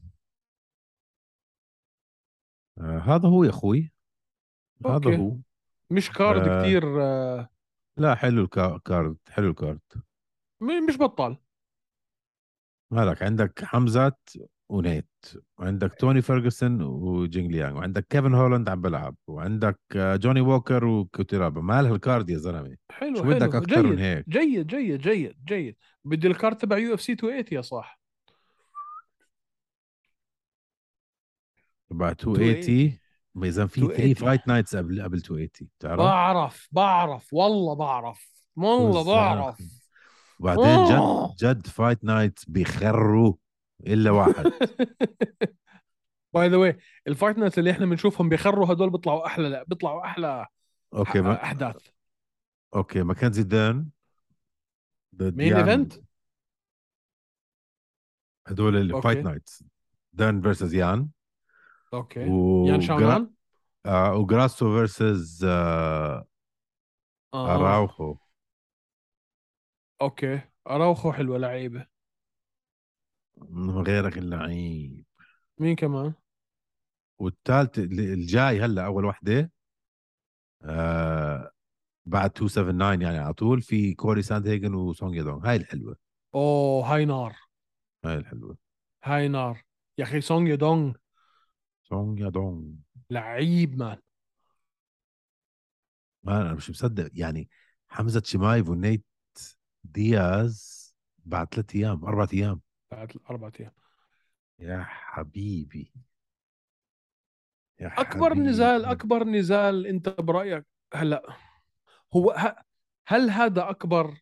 C: آه هذا هو يا اخوي
B: أوكي.
C: هذا هو
B: مش كارد
C: آه.
B: كتير آه،
C: لا حلو الكارد حلو الكارد
B: م- مش بطال
C: مالك عندك حمزة ونيت
B: إيه.
C: وعندك توني فيرجسون وجينغ ليانغ وعندك كيفن هولاند عم بلعب وعندك آه، جوني ووكر وكوتيرابا مال هالكارد يا زلمه
B: حلو
C: شو
B: حلو
C: بدك اكثر
B: جيد.
C: من هيك
B: جيد جيد جيد جيد بدي الكارت تبع يو اف سي 280 يا صاح
C: تبع
B: 280.
C: 280 ما اذا في 3
B: 280.
C: فايت نايتس قبل قبل 280 بتعرف
B: بعرف بعرف والله بعرف والله
C: بالظبط.
B: بعرف
C: وبعدين جد
B: آه.
C: جد فايت نايتس بيخروا الا واحد
B: باي ذا واي الفايت نايت اللي احنا بنشوفهم بيخروا هدول بيطلعوا احلى لا بيطلعوا احلى
C: اوكي ما
B: احداث
C: اوكي ماكنزي دان ضد
B: مين
C: يان-
B: ايفنت
C: هدول الفايت
B: أوكي.
C: نايتس دان فيرسز يان
B: اوكي
C: و
B: يان شاونان
C: آه وجراسو فيرسز آه
B: آه.
C: اراوخو
B: اوكي اراوخو حلوه لعيبه
C: من غيرك اللعيب
B: مين كمان؟
C: والثالث اللي- الجاي هلا اول وحده آه بعد 279 يعني على طول في كوري ساند هيجن وسونج يدونغ هاي الحلوه
B: اوه هاي نار
C: هاي الحلوه
B: هاي نار يا اخي سونج يدونغ
C: سونج يدونغ
B: لعيب مان
C: ما انا مش مصدق يعني حمزه شمايف ونيت دياز بعد ثلاث ايام اربع ايام
B: بعد اربع ايام
C: يا حبيبي يا
B: اكبر
C: حبيبي.
B: نزال اكبر نزال انت برايك هلا هو ه... هل هذا اكبر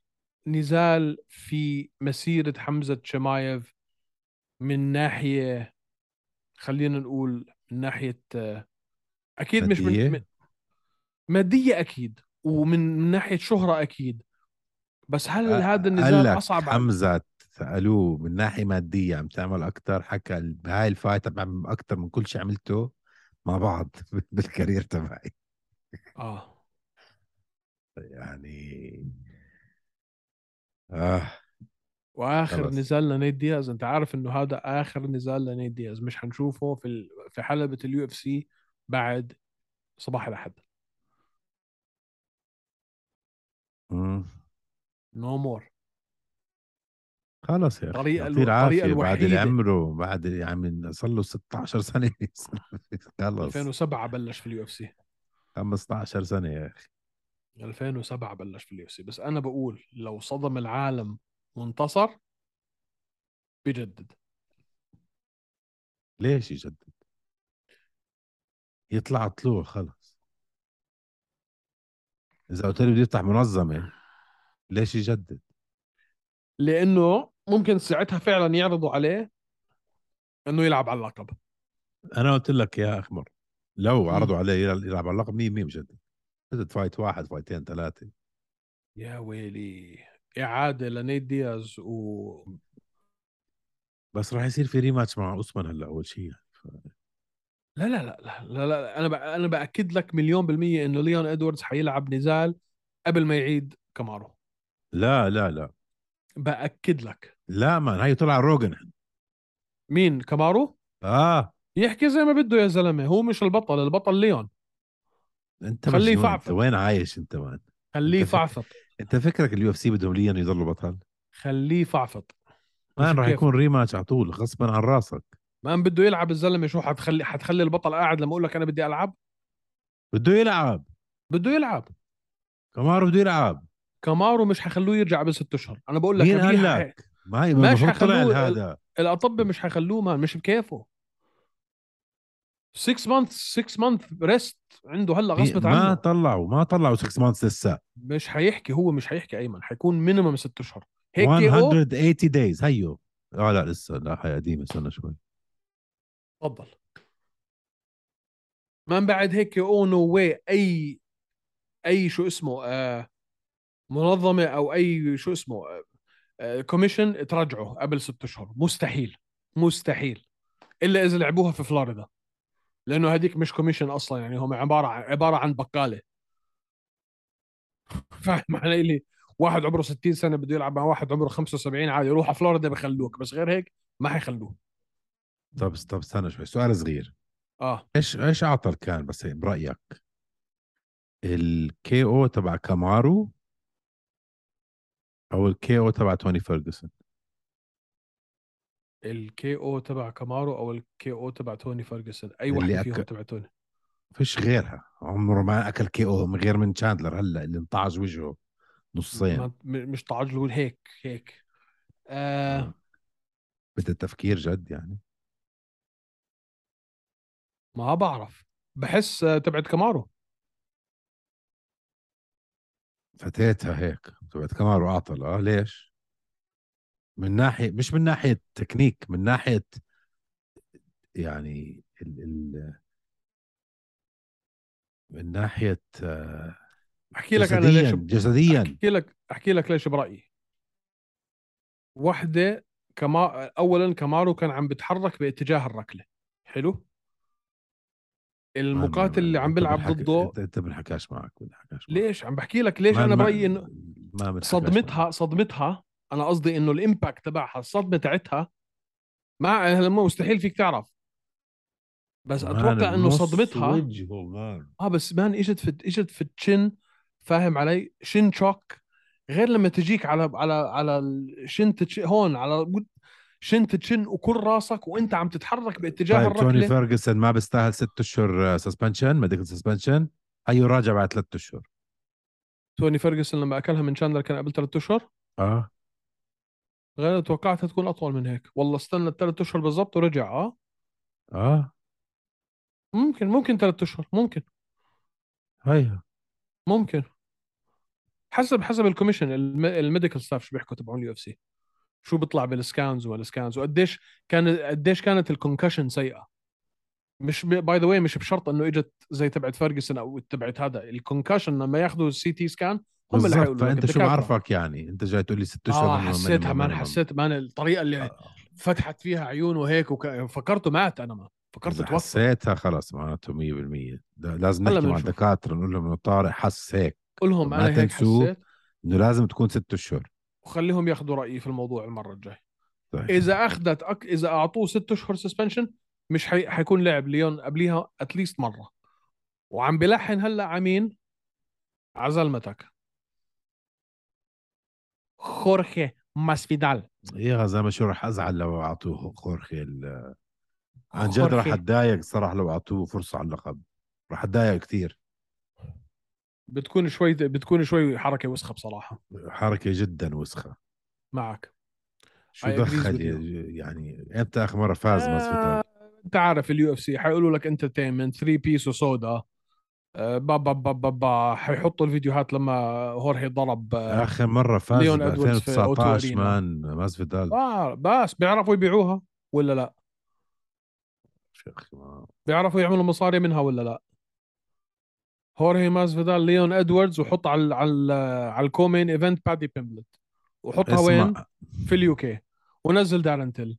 B: نزال في مسيره حمزه شمايف من ناحيه خلينا نقول من ناحيه آه، اكيد مش
C: مادية؟
B: من... من ماديه اكيد ومن من ناحيه شهره اكيد بس هل
C: أ-
B: هذا
C: قال
B: النزال
C: لك
B: اصعب على-
C: حمزه سالوه من ناحيه ماديه عم تعمل اكثر حكى ال- بهاي الفايت عم بعمل اكثر من كل شيء عملته مع بعض بالكارير تبعي
B: اه
C: يعني اه
B: واخر
C: خلص.
B: نزال لنيد دياز انت عارف انه هذا اخر نزال لنيد دياز مش حنشوفه في ال... في حلبة اليو اف سي بعد صباح الاحد
C: مم.
B: نو مور
C: خلص يا اخي
B: الطريقة الو-
C: يعطيه العافيه
B: الطريقة
C: بعد اللي
B: الوحيدة.
C: عمره بعد اللي عم صار له 16 سنه خلص
B: 2007 بلش في اليو اف سي
C: 15 سنه يا اخي
B: 2007 بلش في اليو اف سي بس انا بقول لو صدم العالم وانتصر بجدد
C: ليش يجدد؟ يطلع طلوع خلص اذا قلت لي بده يفتح منظمه ليش يجدد؟
B: لانه ممكن ساعتها فعلا يعرضوا عليه انه يلعب على اللقب
C: انا قلت لك يا اخمر لو
B: مم.
C: عرضوا عليه يلعب يلعب على اللقب 100% مجدد جدد فايت واحد فايتين ثلاثه
B: يا ويلي اعاده لنيد دياز و
C: بس راح يصير في ريماتش مع اوسمان هلا يعني. اول شيء
B: لا لا لا لا لا, لا انا بأ... انا باكد لك مليون بالميه انه ليون ادواردز حيلعب نزال قبل ما يعيد كمارو
C: لا لا لا
B: باكد لك
C: لا مان هاي طلع روجن
B: مين كمارو
C: اه
B: يحكي زي ما بده يا زلمه هو مش البطل البطل ليون
C: انت
B: خليه
C: مجنون انت
B: يفعفع.
C: وين عايش انت مان
B: خليه
C: أنت فك-
B: فعفط
C: انت فكرك اليو اف سي بدهم ليان يضلوا بطل
B: خليه فعفط
C: مان
B: مش
C: راح
B: كيف.
C: يكون ريماتش على طول غصبا عن راسك
B: ما أن بده يلعب الزلمه شو حتخلي حتخلي البطل قاعد لما اقول لك انا بدي العب
C: بده يلعب
B: بده يلعب
C: كمارو بده يلعب
B: كمارو مش حخلوه يرجع بست اشهر انا بقول لك
C: مين
B: ربيع
C: قال
B: حي-
C: لك؟ ما هي
B: ماشي
C: المفروض طلع
B: حخلوه-
C: هذا
B: الاطباء مش حيخلوه مان مش بكيفه 6 مانث 6 مانث ريست عنده هلا غصبت عنه
C: ما طلعوا ما طلعوا 6 مانثس لسه
B: مش حيحكي هو مش حيحكي ايمن حيكون مينيمم ست اشهر هيك هو
C: 180 دايز هيو اه لا لسه لا هي قديمه استنى شوي
B: تفضل من بعد هيك او نو واي اي اي شو اسمه آه منظمه او اي شو اسمه كوميشن آه ترجعه قبل ست اشهر مستحيل مستحيل الا اذا لعبوها في فلوريدا لانه هذيك مش كوميشن اصلا يعني هم عباره عن عباره عن بقاله فاهم علي لي واحد عمره 60 سنه بده يلعب مع واحد عمره 75 عادي روح على فلوريدا بخلوك بس غير هيك ما حيخلوه
C: طب طب استنى شوي سؤال صغير
B: اه
C: ايش ايش اعطل كان بس هيك برايك الكي او تبع كامارو او الكي او تبع توني فيرجسون
B: الكي او تبع كامارو او الكي او تبع توني فيرجسون اي
C: اللي
B: واحد
C: أك-
B: فيهم تبع توني
C: فيش غيرها عمره ما اكل كي او من غير من تشاندلر هلا اللي انطعج وجهه نصين
B: ما- م- مش تعجل قول هيك هيك
C: نعم.
B: آه
C: بدها تفكير جد يعني
B: ما بعرف بحس آه، تبعت كامارو
C: فتيتها هيك تبعت كمارو اعطل اه ليش؟ من ناحيه مش من ناحيه تكنيك من ناحيه يعني ال ال من ناحيه آه،
B: احكي لك انا
C: جسديا
B: ليش
C: جسديا
B: احكي لك احكي لك ليش برايي وحده كما اولا كامارو كان عم بيتحرك باتجاه الركله حلو المقاتل اللي عم
C: أنت
B: بيلعب
C: بنحكي-
B: ضده
C: أنت- انت بنحكاش معك بنحكاش معك.
B: ليش عم بحكي لك ليش
C: ما-
B: انا
C: ما-
B: برايي انه
C: ما بنحكاش معك.
B: صدمتها صدمتها انا قصدي انه الامباكت تبعها الصدمه تاعتها ما هلا ما مستحيل فيك تعرف بس
C: مان،
B: اتوقع انه
C: بنص
B: صدمتها
C: وجهه مان
B: اه بس مان اجت في اجت في الشن فاهم علي شن شوك غير لما تجيك على على على الشن تتش... هون على شن تشن وكل راسك وانت عم تتحرك باتجاه
C: طيب توني
B: الركله
C: فيرجسون ما بيستاهل ست آه، اشهر سسبنشن ميديكال سسبنشن هيو راجع بعد ثلاث اشهر
B: توني فيرجسون لما اكلها من شاندلر كان قبل ثلاث اشهر
C: اه
B: غير توقعتها تكون اطول من هيك والله استنى الثلاث اشهر بالضبط ورجع اه
C: اه
B: ممكن ممكن ثلاث اشهر ممكن
C: هيها
B: ممكن حسب حسب الكوميشن الم- الميديكال ستاف شو بيحكوا تبعون اليو اف سي شو بيطلع بالسكانز ولا سكانز وقديش كان قديش كانت الكونكشن سيئه مش باي ذا واي مش بشرط انه اجت زي تبعت فيرجسون او تبعت هذا الكونكشن لما ياخذوا السي تي سكان هم اللي
C: بالضبط
B: حيقولوا لك
C: فانت شو
B: الدكاترة.
C: بعرفك يعني انت جاي تقول لي ست اشهر
B: اه
C: minimum،
B: حسيتها
C: minimum،
B: مان
C: minimum.
B: حسيت مان الطريقه اللي
C: آه.
B: فتحت فيها عيونه هيك وك... فكرته مات انا ما فكرته
C: إذا
B: توفى
C: حسيتها خلص معناته 100% ده- لازم
B: هلا
C: نحكي مع
B: بنشوف.
C: الدكاتره نقول لهم انه طارق حس هيك
B: قول لهم
C: ما
B: انا هيك
C: تنسوه.
B: حسيت
C: انه لازم تكون ست اشهر
B: وخليهم ياخذوا رايي في الموضوع المره الجايه
C: طيب.
B: اذا اخذت أك... اذا اعطوه ست اشهر سسبنشن مش حي... حيكون لعب ليون قبليها اتليست مره وعم بلحن هلا عمين عزلمتك خورخي ماسفيدال
C: إيه يا زلمه شو رح ازعل لو اعطوه خورخي ال- عن جد
B: خورخي.
C: رح اتضايق صراحه لو اعطوه فرصه على اللقب رح اتضايق كثير
B: بتكون شوي بتكون شوي حركه وسخه بصراحه
C: حركه جدا وسخه
B: معك
C: شو
B: I agrees
C: دخل
B: with you. آه.
C: يا- يعني امتى اخر مره فاز ماسفيدال
B: انت عارف اليو اف سي حيقولوا لك انترتينمنت 3 بيس وسودا آه، با با با با با حيحطوا الفيديوهات لما هورهي ضرب آه،
C: اخر مره فاز
B: ليون
C: ب
B: إدواردز في أوتو
C: 2019
B: أرينا.
C: مان ماسفيدال
B: آه، بس بيعرفوا يبيعوها ولا لا
C: شو يا اخي ما-
B: بيعرفوا يعملوا مصاري منها ولا لا هورهي ماسفيدال ليون ادواردز وحط على على على الكومين ايفنت بادي بيمبلت وحطها وين
C: اسمع
B: في اليوكي ونزل دارنتل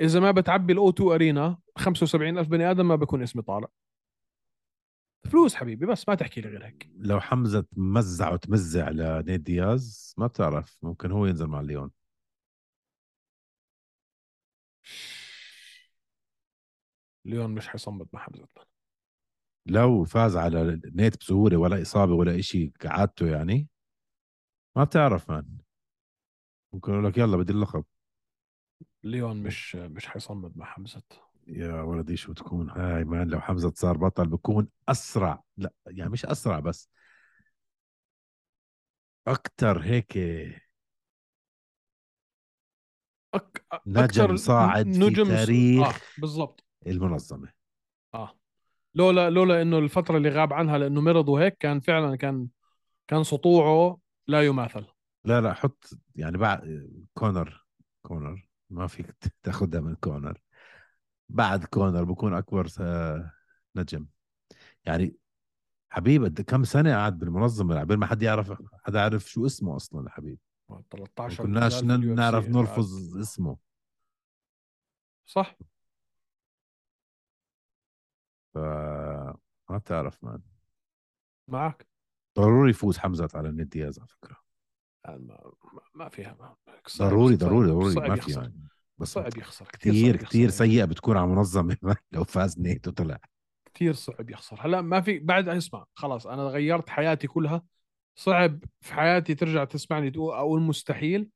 B: اذا ما بتعبي الاو 2 ارينا 75 الف بني ادم ما بكون اسمي طالع فلوس حبيبي بس ما تحكي لي غير هيك
C: لو حمزه مزع وتمزع لنيد دياز ما بتعرف ممكن هو ينزل مع ليون
B: ليون مش حيصمد مع حمزه
C: لو فاز على نيت بسهوله ولا اصابه ولا إشي كعادته يعني ما بتعرف مان ممكن يقول لك يلا بدي اللقب
B: ليون مش مش حيصمد مع حمزه
C: يا ولدي شو بتكون هاي مان لو حمزه صار بطل بكون اسرع لا يعني مش اسرع بس اكثر هيك
B: أك... أ-
C: نجم
B: أكتر
C: صاعد في
B: نجم س-
C: تاريخ.
B: آه بالضبط
C: المنظمه
B: اه لولا لولا انه الفتره اللي غاب عنها لانه مرض وهيك كان فعلا كان كان سطوعه لا يماثل
C: لا لا حط يعني بعد كونر كونر ما فيك ت- تاخدها من كونر بعد كونر بكون اكبر س- نجم يعني حبيب قد كم سنه قعد بالمنظمه عبين يعني ما حد يعرف حدا عارف شو اسمه اصلا حبيب
B: 13
C: كناش
B: ريال في ال UFC.
C: نعرف نلفظ اسمه
B: صح
C: ف ما بتعرف مان
B: معك
C: ضروري يفوز حمزه على النت دياز على فكره
B: يعني ما, ما فيها ما. صعب-
C: ضروري
B: صعب-
C: ضروري ضروري
B: صعب
C: ما في
B: يخسر.
C: يعني بس
B: صعب يخسر كثير
C: كثير
B: صعب
C: كثير
B: يخسر.
C: سيئه بتكون على المنظمه لو فاز نيت وطلع
B: كثير صعب يخسر هلا ما في بعد اسمع خلاص انا غيرت حياتي كلها صعب في حياتي ترجع تسمعني تقول اقول مستحيل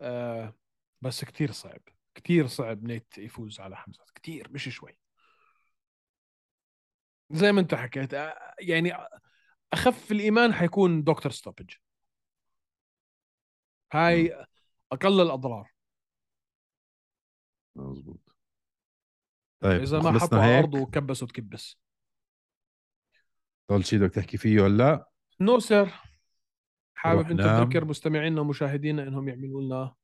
B: آه بس كثير صعب كثير صعب نيت يفوز على حمزه كثير مش شوي زي ما انت حكيت آه، يعني اخف الايمان حيكون دكتور ستوبج هاي اقل الاضرار
C: مظبوط طيب
B: اذا ما حطوا
C: خلصنا
B: على
C: هيك؟
B: الارض وكبسوا تكبس
C: ضل شيء بدك تحكي فيه ولا لا
B: نو سير حابب
C: روح
B: انت
C: نام.
B: تذكر مستمعينا ومشاهدينا انهم يعملوا لنا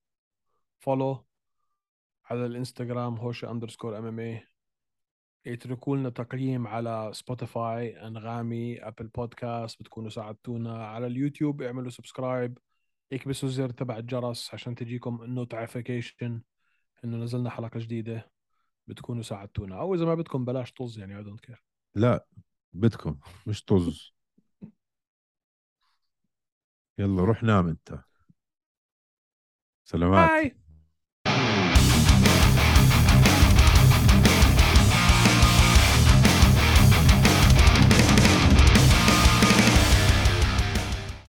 B: فولو على الانستغرام هوشه اندرسكور ام ام اي يتركوا لنا تقييم على سبوتيفاي انغامي ابل بودكاست بتكونوا ساعدتونا على اليوتيوب اعملوا سبسكرايب اكبسوا الزر تبع الجرس عشان تجيكم النوتيفيكيشن انه نزلنا حلقه جديده بتكونوا ساعدتونا او اذا ما بدكم بلاش طز يعني اي دونت كير
C: لا بدكم مش طز يلا روح نام انت سلامات
B: باي